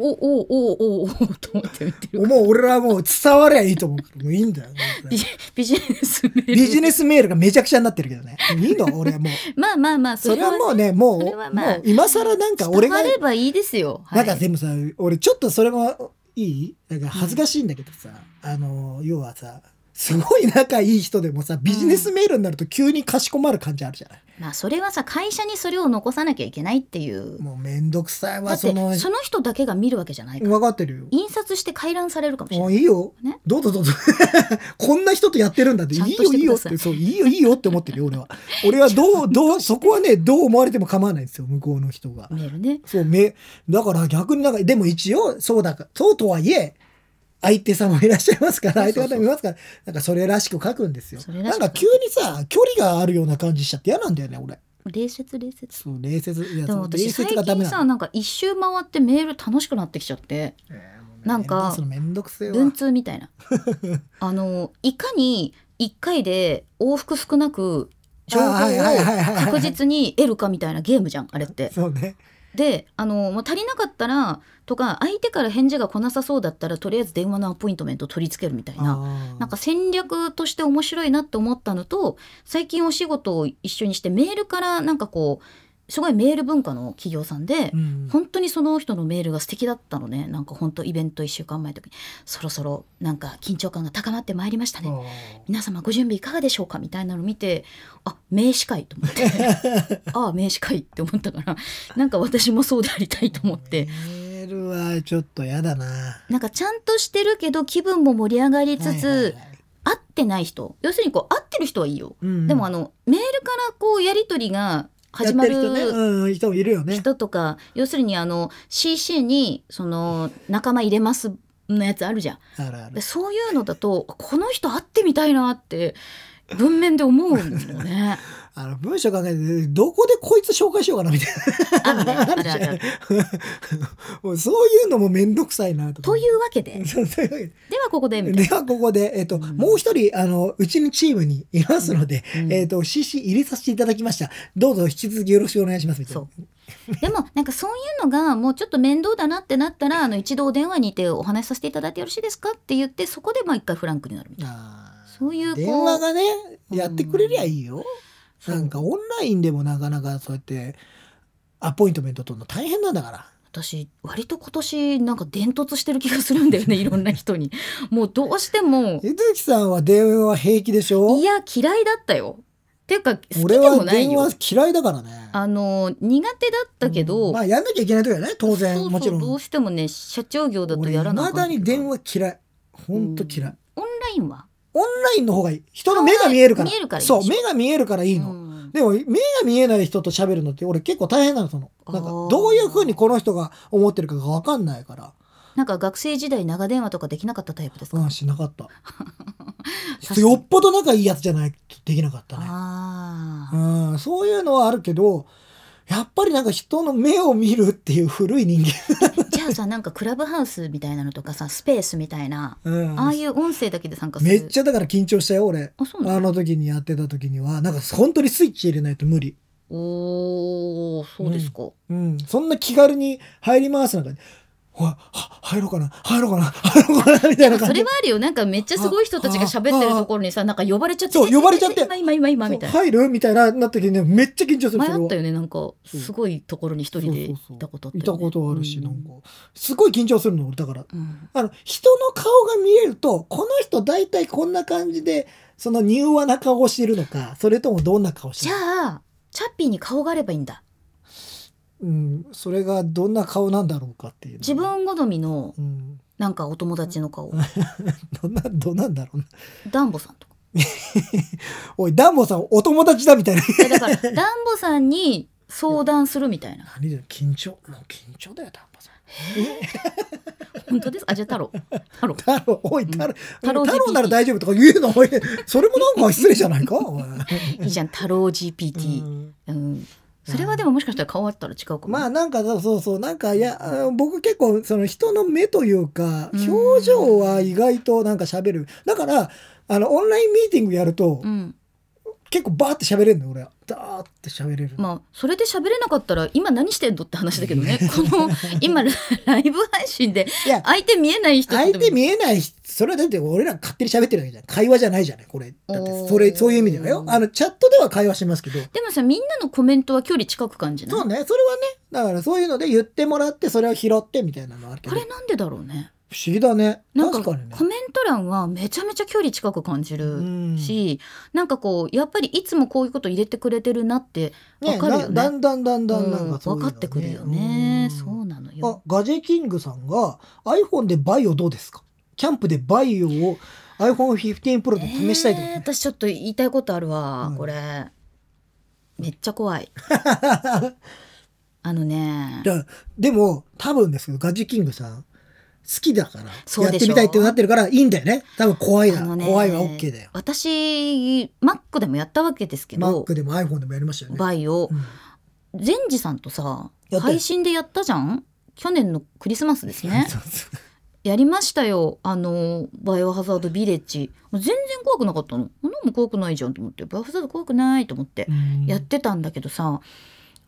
おおおおお おと思って見てる。 もう俺らはもう伝わりゃいいと思うからもういいん だよビジビジネスメール。ビジネスメールがめちゃくちゃになってるけどねいい の俺はもうまあまあまあそれはもうね、ねもう、それはまあもう今更なんか俺伝がわ、ればいいですよ。なんかはいでもさ、俺ちょっとそれもいいなんか恥ずかしいんだけどさ、あの、要はさ、すごい仲いい人でもさ、ビジネスメールになると急にかしこまる感じあるじゃない。まあそれはさ会社にそれを残さなきゃいけないっていう。もうめんどくさいだわ、ってそそのの、人だけが見るわけじゃないから。分かってるよ。印刷して回覧されるかもしれもなうい。いいよ。ねどうぞどう ぞ。こんな人とやってるんだって、いちゃんいとしよていいくよだっさいて、そう、いいよいいよって思ってるよ、俺は。俺はどう、 どう、そこはね、どう思われても構わないんですよ、向こうの人が。メールね。そう、め、だから逆になんか、でも一応、そうだか、そうとはいえ、相手さんもいらっしゃいますから、そう相そうそ手方うもいますから、なんかそれらしく書くんですよ。それらなしんく書かく急にさ、距離があるような感じしちゃって嫌なんだよね、俺。礼節礼節。そう、礼節、いや、でそもう私礼最節がダメ近なさの。なんか一周回ってメール楽しくなってきちゃって。えーもうねなんかめんどくせえわ文通み たいなあのいかに1回で往復少なく情報あはいはいはいはいを確実に得るかみたいなゲームじゃんあれって。そうね。であのもう足りなかったらとか相手から返事が来なさそうだったらとりあえず電話のアポイントメント取り付けるみたいなななんか戦略として面白いなって思ったのと最近お仕事を一緒にしてメールからなんかこうすごいメール文化の企業さんで、うん本当にその人のメールが素敵だったのねなんか本当イベント1週間前の時にそろそろなんか緊張感が高まってまいりましたね皆様ご準備いかがでしょうかみたいなの見てあ名刺会と思って ああ名刺会って思ったからなんか私もそうでありたいと思ってメールはちょっとやだな。なんかちゃんとしてるけど気分も盛り上がりつつ、会ってない人要するにこう会ってる人はいいよ、でもあののメールからこうやり取りが始ま人ね、るうん、人もいるよね。人とか、要するにあの CC にその仲間入れますのやつあるじゃんあるあるで。そういうのだとこの人会ってみたいなって文面で思うんだよね。あの文章考えてどこでこいつ紹介しようかなみたいあるねな。あるあるある もうそういうのもめんどくさいなと。というわけで そうそういうわけで。ではここでみたいではここで、えっと、んもう一人あのうちのチームにいますので、うんえっと CC 入れさせていただきましたどうぞ引き続きよろしくお願いしますみたいなそなでもなんかそういうのがもうちょっと面倒だなってなったらあの一度お電話にてお話しさせていただいてよろしいですかって言ってそこでまあ一回フランクになるみたいあな。ーそういうこう電話がねやってくれりゃいいよ、うんなんかオンラインでもなかなかそうやってアポイントメント取るの大変なんだから私割と今年なんか伝突してる気がするん だよねいろんな人にもうどうしても柚木さんは電話平気でしょいや嫌いだったよっていうか好き俺でもはない電よ話嫌いだからねあの苦手だったけど、うんまあやんなきゃいけない時はね当然そうそうもちろんどうしてもね社長業だと俺やらなかまっただに電話嫌いほんと嫌い、うんオンラインはオンラインの方がいい人の目が見えるから見えるからいいでしそょう目が見えるからいいの、うんでも目が見えない人と喋るのって俺結構大変なのそのなんかあーどういうふうにこの人が思ってるかが分かんないからなんか学生時代長電話とかできなかったタイプですか、うんしなかった 確かによっぽど仲いいやつじゃないとできなかったねあうあんそういうのはあるけどやっぱりなんか人の目を見るっていう古い人間、じゃあさなんかクラブハウスみたいなのとかさスペースみたいなうん、 ああいう音声だけで参加するめっちゃだから緊張したよ俺あそうなのあの時にやってた時にはなんか本当にスイッチ入れないと無理おーそうですか、うん、そんな気軽に入りますなんか、おいは入ろうかな、入ろうかな、入ろうかな、みたいな感そじで。れはあるよなんかめっちゃすごい人たちが喋ってるところにさなんか呼ばれちゃってそう呼ばれちゃって今今今今みたいな入るみたいな、なった時にね、めっちゃ緊張する。前あそれっはたよねなんかすごいところに一人で行ったことあったいよたねことあるし、なんかう、すごい緊張するの、俺だから。うんあの、人の顔が見れると、この人大体こんな感じで、その柔和な顔をしてるのか、それともどんな顔してじるゃのか。あチャッピーに顔があればいいんだうん、それがどんな顔なんだろうかっていう。自、分好みのうん、なんかお友達の顔どんな、どんなんだろうな。ダンボさんとかおい、ダンボさん、お友達だみたいな。えだからダンボさんに相談するみた いな何だよ緊張もう緊張だよ丹波さん本当ですあじゃあ太郎太郎太郎おい太郎、太郎 GPT 太郎なら大丈夫とか言うのおいそれもなんか失礼じゃないか おいいいじゃん太郎 GPT うんそれはでももしかしたら顔あったら違うかもまあなんかそうそうなんかいやあの僕結構その人の目というか表情は意外となんか喋るだからあのオンラインミーティングやるとうん結構バーって喋れるの俺はダーって喋れるまあそれで喋れなかったら今何してんのって話だけど ねこの今ラライブ配信でいや相手見えない人相手え見えない人それはだって俺ら勝手に喋ってるわけじゃん会話じゃないじゃないこれだってそれそういう意味ではよあのチャットでは会話しますけどでもさみんなのコメントは距離近く感じないそうね、それはね、だからそういうので言ってもらって、それを拾ってみたいなのあるけこど、不れなんでだろうね思議だね。なんか確かにねコ。メント欄はめちゃめちゃ距離近く感じるんし、なんかこうやっぱりいつもこういうこと入れてくれてるなってわねかるよだだねんだんだんだんなんうんかそういうのね、分かってくるよね、うんそうなのあよ、ガジェキングさんが iPhone でバイオどうですかキャンプでバイオを iPhone15 Pro で試したいと、えーね私ちょっと言いたいことあるわ、うんこれめっちゃ怖いあのねだから でも、多分ですけど、ガジェキングさん、好きだから、そうやでっしょてみたいってなってるから、いいんだよね。多分怖いだ。怖いは OK だよ。私 Mac でもやったわけですけど Mac でも iPhone でもやりましたよね。バイをうん善治さんとさやったよ配信でやったじゃん去年のクリスマスですねそうそうやりましたよあのバイオハザードビレッジ全然怖くなかったの何も怖くないじゃんと思ってバイオハザード怖くないと思ってやってたんだけどさ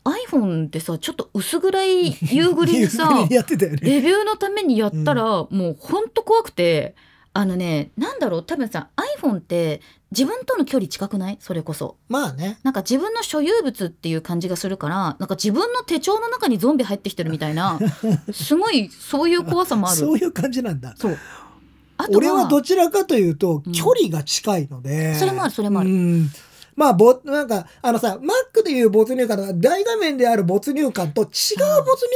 iPhone ってさちょっと薄暗い 夕暮れ にさやってたよね。レビューのためにやったら、もうほんと怖くてあのねなんだろう多分さ iPhone って自分との距離近くないそれこそまあねなんか自分の所有物っていう感じがするからなんか自分の手帳の中にゾンビ入ってきてるみたい なすごいそういう怖さもあるそういう感じなんだ。そうあとは俺はどちらかというとうん距離が近いので、それもあるそれもあるうんまあぼなんかあのさ Mac でいう没入感とか大画面である没入感と違う没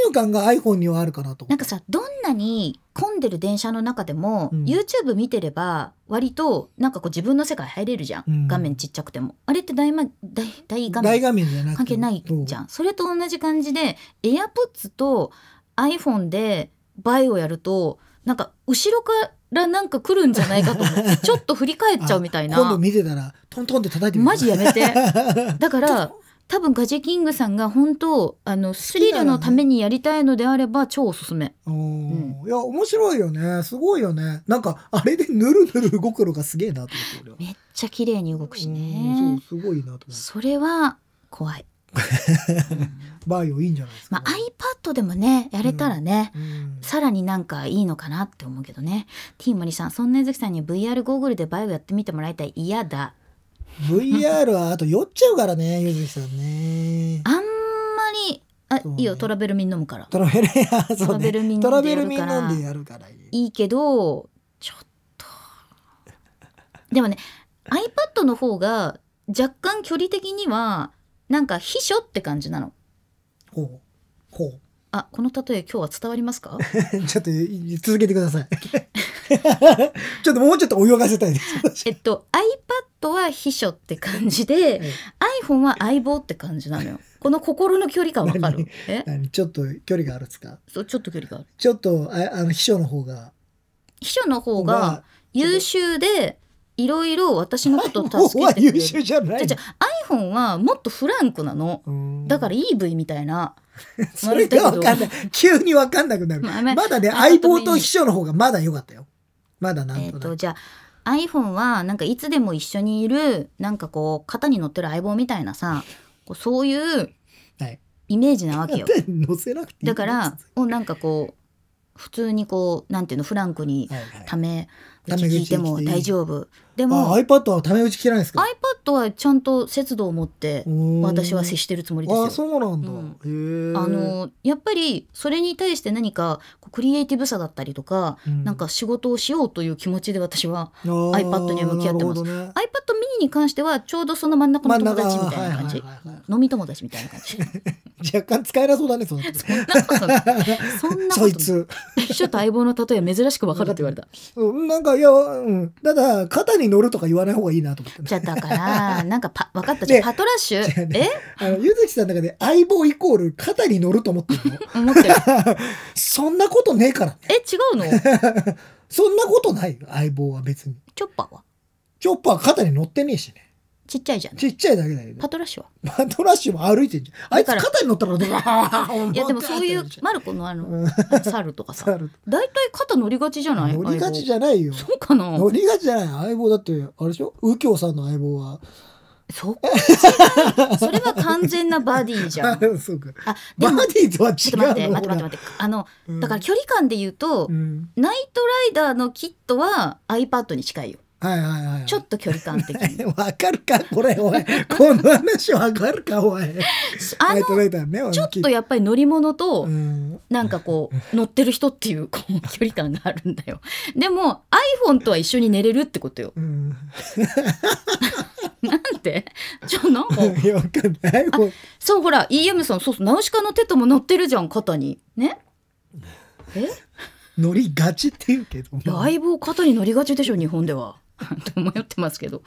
入感が iPhone にはあるかなと思なうんかさどんなに混んでる電車の中でも、うん YouTube 見てれば割となんかこう自分の世界入れるじゃん、うん画面ちっちゃくてもあれって大,、ま、大大画面大画面じゃなくて関係ないじゃんそれと同じ感じで AirPods と iPhone でバイをやるとなんか後ろからなんか来るんじゃないかと思って ちょっと振り返っちゃうみたい今度な見てたらトントンって叩いてみるマジやめ てだかちょら多分ガジェキングさんが本当あのスリルのためにやりたいのであれば超おすすめおーいや面白いよねすごいよねなんかあれでぬるぬる動くのがすげえなと思って俺はめっちゃ綺麗に動くしうんねそうすごいなと思ってそれは怖い、バイオいいんじゃないですかまあね、、 iPad でもねやれたらね、うんさらになんかいいのかなって思うけどね。ティーモリさん、そんな江月さんに VR ゴーグルでバイオやってみてもらいたい。嫌だ。 VR はあと酔っちゃうからねゆずきさんねあんまり、あ、そうねいいよ、トラベルミン飲むから。トラベルやトそうラベねルミント飲ラんでベやルるミンか飲ら。んでやるからいいいいけど、ちょっと。でもね、iPad の方が若干距離的には、なんか秘書って感じなの。ほうほう あ、この例え今日は伝わりますかちょっと続けてください ちょっともうちょっと泳がせたいです えっと、iPad は秘書って感じで、iPhone は相棒って感じなのよ。この心の距離感わかる何え何ちょっと距離があるんですかそうちょっと距離がある。ちょっとああの秘書の方が秘書の方が優秀でいろいろ私のこと方を助はけ優てくれる。秀じゃないじゃあ iPhone はもっとフランクなの。だからら EV みたいな。 それが分かんない急に分かんなくなるまあまあまだねまあまあ相棒と秘書の方がまだ良かったよまだなえんっ、となとくじゃあ iPhone はなんかいつでも一緒にいるなんかこう肩に乗ってる相棒みたいなさこうそういうはいイメージなわけ よ。載せなくていいだからをなんかこう普通にこうなんていうのフランクにはいはいためはい口聞いても大丈夫。でもあ iPad はタメ打ち嫌いですか iPad はちゃんと節度を持って私は接ししてるつもりてでああすよ。そうなんだ、へえあのやっぱりそれに対して何かこうクリエイティブさだったりとか、うんなんか仕事をしようという気持ちで私はあー iPad には向き合ってますなるほどね iPad mini に関してはちょうどその真ん中の友達みたいな感じ、真ん中はいはいはい飲み友達みたいな感じ 若干使えなそうだねそのなんかそんなそんなこそいとつちょっと相棒の例えは珍しく分かるって言われたうんなんかいや、うん、ただ肩に乗るとか言わない方がいいなと思って ねじゃあ だからなんかパ分かったじゃあねパトラッシ違うュ、ねあのゆずきさんの中で相棒イコール肩に乗ると思ってる のえ思ってるそんなことねえからねえ違 うのそんなことないよ相棒は別にチョッパーはチョッパーは肩に乗ってねえしねちっちゃいじゃんちっちゃいだけだけどパトラッシュはパトラッシュも歩いてんじゃん。あいつだから肩に乗ったらドワーン、 いや でもそういうバカってなマルコのあ のるじあの猿とかさゃん大体肩乗りがちじゃない乗りがちじゃないよ。そうか な乗りがちじゃない。相棒だって、あれでしょ右京さんの相棒は。そこは違うそれは完全なバディじゃ ん。あそうか。あでバもディとはちょっと待って違うの。待って待って待ってあのうんだから距離感で言うと、うんナイトライダーのキットは iPad に近いよはいはいはい。ちょっと距離感的 にわかるかこれ、おい。この話わかるか、おい。あナイのトライダーね、ちょっとややっぱり乗り物と、うん。なんかこう乗ってる人っていうこう距離感があるんだよでも iPhone とは一緒に寝れるってことよ うん。なんてちょ なんかいや、わかんない。もうそうほら EM さんそうそうナウシカの手とも乗ってるじゃん肩に ねえ乗りがちって言うけど。いや相棒肩に乗りがちでしょ日本では と迷ってますけど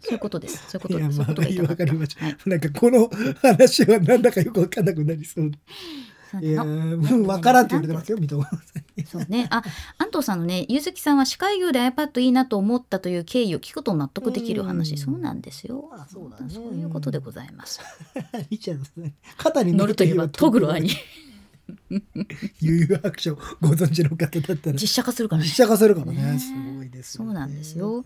そういうことですそういうこといでや、すそういうまことあ、が言いいいたかわっかたりました。はいなんか、この話はなんだかよくわかんなくなりそう。そういやなのー、わからんって言われてますよ、水戸黄門さんに。そうねあ安藤さんのねゆずきさんは司会業で iPad いいなと思ったという経緯を聞くと納得できる話うんそうなんですよあそうだねそういうことでございますいいじゃん。肩に乗るといえばトグロアニ悠々白書ご存知の方だったら実写化するから 実ね。写化するかもねねすごいですよ、そうなんですようん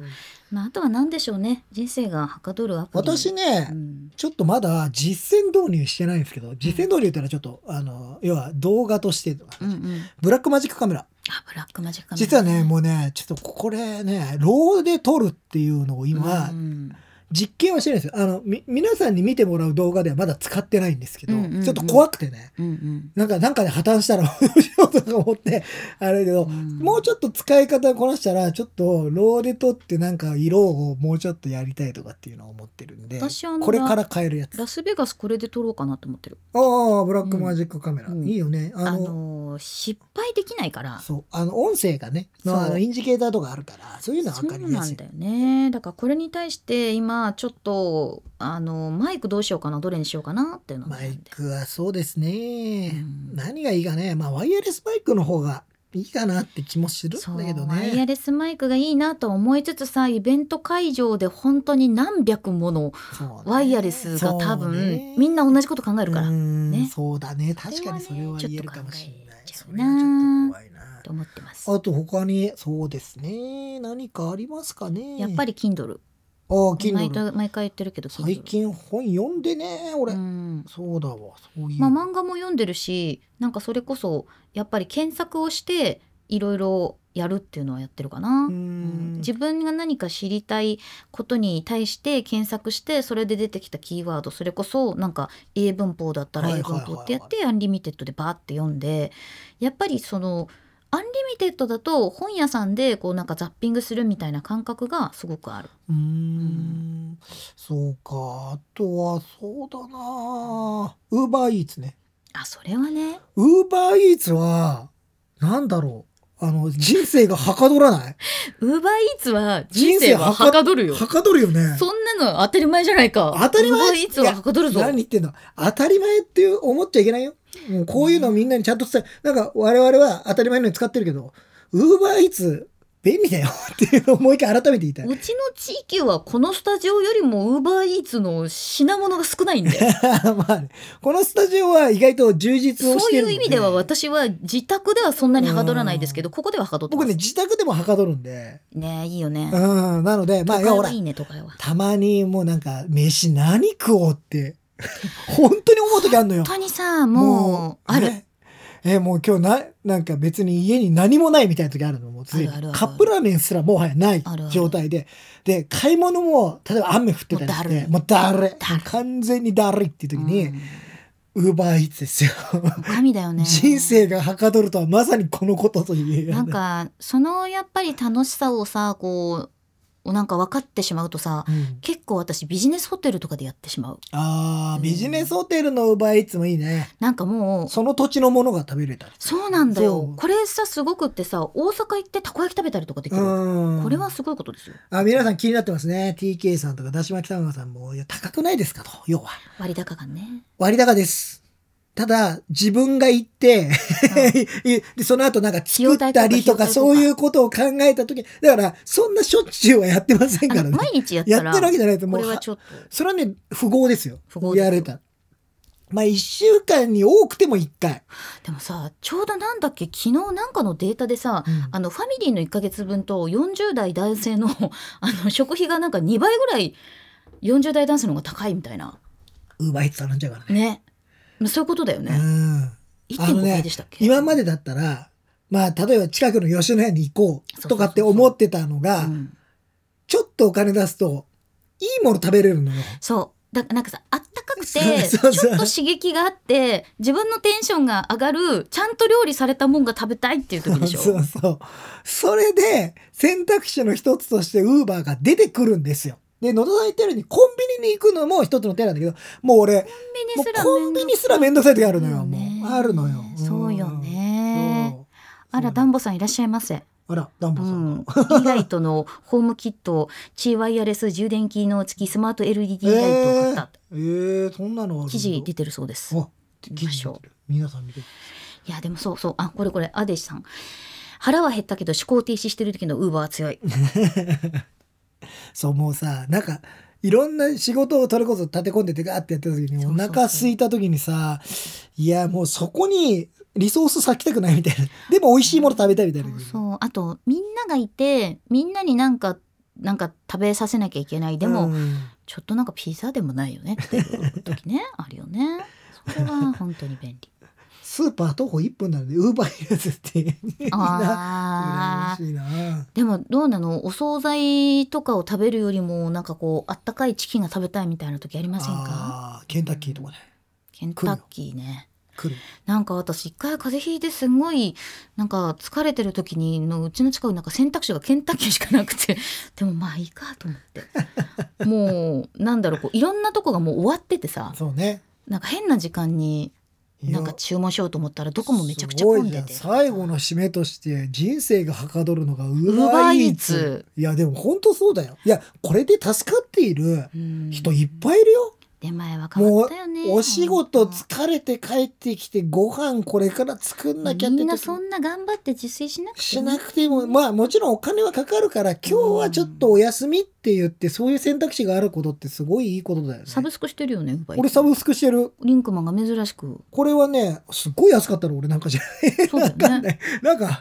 まあ、あとは何でしょうね。人生がはかどるアプリ。私ね、うんちょっとまだ実践導入してないんですけど実践導入ってのはちょっとあの要は動画としてとか、うんうん。ブラックマジックカメラあ、ブラックマジックカメラ実はね、もうねちょっとこれねローで撮るっていうのを今、うん実験はしてないんですよあのみ皆さんに見てもらう動画ではまだ使ってないんですけど、うんうんうんちょっと怖くてねうんうんなんかなんかで破綻したらどうしようとか思ってあれだけど、んもうちょっと使い方こなしたらちょっとローで撮ってなんか色をもうちょっとやりたいとかっていうのを思ってるんで私はあのこれから変えるやつラスベガスこれで撮ろうかなと思ってる。ああブラックマジックカメラ、うんいいよねああののー失敗できないから。そうあの音声がねのそうあのインジケーターとかあるからそういうのはそ分かうりやなすんいだよねだからこれに対して今ちょっとあのマイクどうしようかなどれにしようかなっていうのがあマるイんでクはそうですうね、ん何がいいかねまあワイヤレスマイクの方がいいかなって気もするそんうだけどワイヤねレスマイクがいいなと思いつつさイベント会場で本当に何百ものそうねワイヤレスが多そうね分みんな同じこと考えるからうーんねそうだね確かにそれは言えるかもしれないちょっそと考えれちゃはうなちょっと怖いなと思ってますあと他にそうですね何かありますかねやっぱりり Kindle ああ毎 Kindle 毎回言ってるけど Kindle 最近本読んでね俺、うんそうだわそういう、まあ、漫画も読んでるしなんかそれこそやっぱり検索をしていろいろやるっていうのはやってるかなう。ん自分が何か知りたいことに対して検索してそれで出てきたキーワードそれこそなんか英文法だったらはい英はいはいは文い法ってやってアンリミテッドでバーって読んでやっぱりそのアンリミテッドだと本屋さんでこうなんかザッピングするみたいな感覚がすごくある。うーんそうかあとはそうだなウーバーイーツねあそれはねウーバーイーツはなんだろうあの人生がはかどらないウーバーイーツは人生ははかどるよ。はかどるよねそんなの当たり前じゃないか。当たり前ウーバーイーツははかどるぞ。何言ってんの当たり前っていう思っちゃいけないよもうこういうのみんなにちゃんと伝えなんか我々は当たり前のように使ってるけどウーバーイーツ便利だよ っていうのをもう一回改めて言いたい。うちの地域はこのスタジオよりもウーバーイーツの品物が少ないんで まあね、このスタジオは意外と充実をそしうているのう意味では私私は自宅ではそんなにはかどらないですけどここでははかどってま僕すね自宅でもはかどるんで、ねえいいよねうん、なのでまあい都や会ほはらいいね都会はたまにもうなんか飯何食おうって本当に思う時あるのよ本当にさもうある、ねえもう今日ななんか別に家に何もないみたいな時あるのもうすでにあるあるあるカップラーメンすらもはやないあるある状態でで買い物も例えば雨降ってたりしてももううだだるいるいだるい完全にだるいっていう時に、うんウーバーイーツですよ神だよね人生がはかどるとはまさにこのことというなんかそのやっぱり楽しさをさこうなんか分かってしまうとさうん結構私ビジネスホテルとかでやってしまうあうーんビジネスホテルのウーバーイーツもいいねなんかもうその土地のものが食べれたりそうなんだよそうこれさすごくってさ大阪行ってたこ焼き食べたりとかできうるんこれはすごいことですよあ皆さん気になってますね TK さんとかだし巻き卵さんもいや高くないですかと要は割高が ね割高ですただ自分が行って でその後なんか作ったりと費用対効果かそういうことを考えた時だからそんなしょっちゅうはやってませんあからのね毎日やっやたっらてるわけじゃないとこもれうははちょっとそれはね不合ですよ不合ですよやれたらまあ1週間に多くても1回、でもさちょうどなんだっけ昨日なんかのデータでさあのファミリーの1ヶ月分と40代男性の あの食費がなんか2倍ぐらい40代男性の方が高いみたいなウーバーイーツ頼んじゃうからねねまあそういうことだよねうんあ1.5のね倍でしたっけ今までだったらまあ例えば近くの吉野家に行こうとかって思ってたのうがんちょっとお金出すといいもの食べれるのよそうだなんかさあったかくてちょそっうそうと刺激があって自分のテンションが上がるちゃんと料理されたもんが食べたいっていう時でしょ そうそうそれで選択肢の一つとしてウーバーが出てくるんですよでのどさいてるようにコンビニに行くのも一つの手なんだけどもう俺もうコンビニすらめんどくさい時あるのよもうあるのようんそうよね。そうあら、ダンボさんいらっしゃいませ。あらダンうボさん、ん。e ライトのホームキット、チーワイヤレス充電機能付きスマート LED ライトを買った。えー、えーそんなのあるんだ記事出てるそうです。あ見記ま事し出ょてる皆さん見てう。いや、でもそうそう。あ、これこれ、アデシさん。腹は減ったけど思考停止してる時のウーバーは強い。そうもうさなんかいろんな仕事をそれこそ立て込んでてガーってやってた時に、そおうそうそう腹空いた時にさ、いや、もうそこにリソース割きたくないみたいな。でも美味しいもの食べたいみたいな。そうあとみんながいてみんなになんかなんか食べさせなきゃいけないでも、うんちょっとなんかピザでもないよねっていう時ねあるよねそれは本当に 便利スーパー徒歩1分なので、ウーバーイーツって。みんな、羨まあーしいな。でもどうなのお惣菜とかを食べるよりもなんかこうあったかいチキンが食べたいみたいな時ありませんかあーケンタッキーとかね。ケンタッキーね来る。なんか私一回風邪ひいてすごいなんか疲れてる時にのうちの近くなんか選択肢がケンタッキーしかなくて でもまあいいかと 思ってもうなんだろうこういろんなとこがもう終わっててさそうね。なんか変な時間になんか注文しようと思ったらどこもめちゃくちゃ混んでてすごいじゃん最後の締めとして人生がはかどるのがウーウーババーーイイーーツツいやでも本当そうだよいやこれで助かっているうん人いっぱいいるよ、出前は変わったよねお仕事疲れて帰ってきてご飯これから作んなきゃってみんな時そんな頑張って自炊しなくてしねなくてもまあもちろんお金はかかるから今日はちょっとお休みって言ってそういう選択肢があることってすごいいいことだよねサブスクしてるよね Uber 俺サブスクしてるリンクマンが珍しくこれはねすっごい安かったの俺なんかじゃそうだよね なんか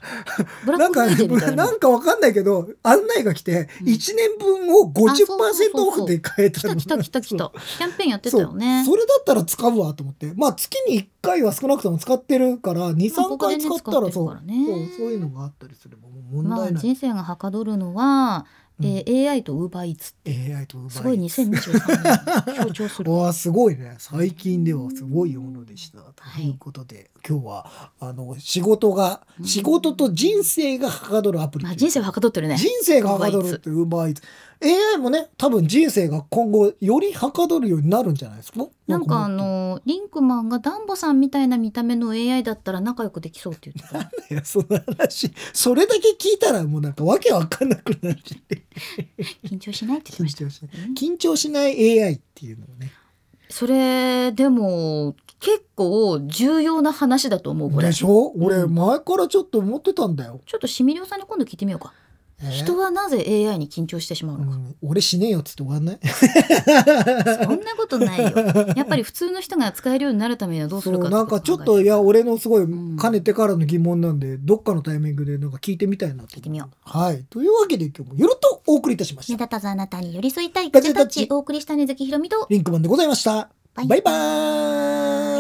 ブラッなんクフライデーみたか、い ななんかわかんないけど、案内が来て、うん1年分をあそうそうそう50%そうオフで買え来たたの。来た来た来そたう。キャンペーンやってたよねそ。うそれだったら使うわと思って。まあ、月に1回は少なくとも使ってるから、2、まあ3ここで回ね使ったら、使そうってるからねそう、そういうのがあったりすれば、もう問ま題あない。人生がはかどるのは、うんえー AI と UberEats AI と Uber すごい2023年を象徴する。わあすごいね最近ではすごいものでした。といいうことで今日はあの仕事がうん仕事と人生がはかどるアプリとまいうあ人生ははかどってるね。人生がはかどるってウーバーイーツ AI もね多分人生が今後よりはかどるようになるんじゃないですかなんかあのリンクマンがダンボさんみたいな見た目の AI だったら仲良くできそうって言ってた。いやその話それだけ聞いたらもうなんかわけわかんなくなっちゃって緊張しないって言って緊ました。張しないうん緊張しない AI っていうのをねそれでも結構重要な話だと思うこれ。でちしょょ俺うん前からちょっと思ってたんだよ、っとシミリオさんに今度聞いてみようか。えー人はなぜ AI に緊張してしまううのか。ん、俺死ねえよっつって終わんないそんなことないよ。やっぱり普通の人が使えるようになるためにはどうすそるかうてこなとんかちょっ考とえいてや俺のすごいんかねてからの疑問なんで、どっかのタイミングでなんか聞いてみたいなと聞いてみよう。はいというわけで今日もよろっとお送りいたしまし目た立たずあなたに寄り添いたいガガジジェェタタッッチチお送りした根月ひろみとリンクマンでございましたバイバーイ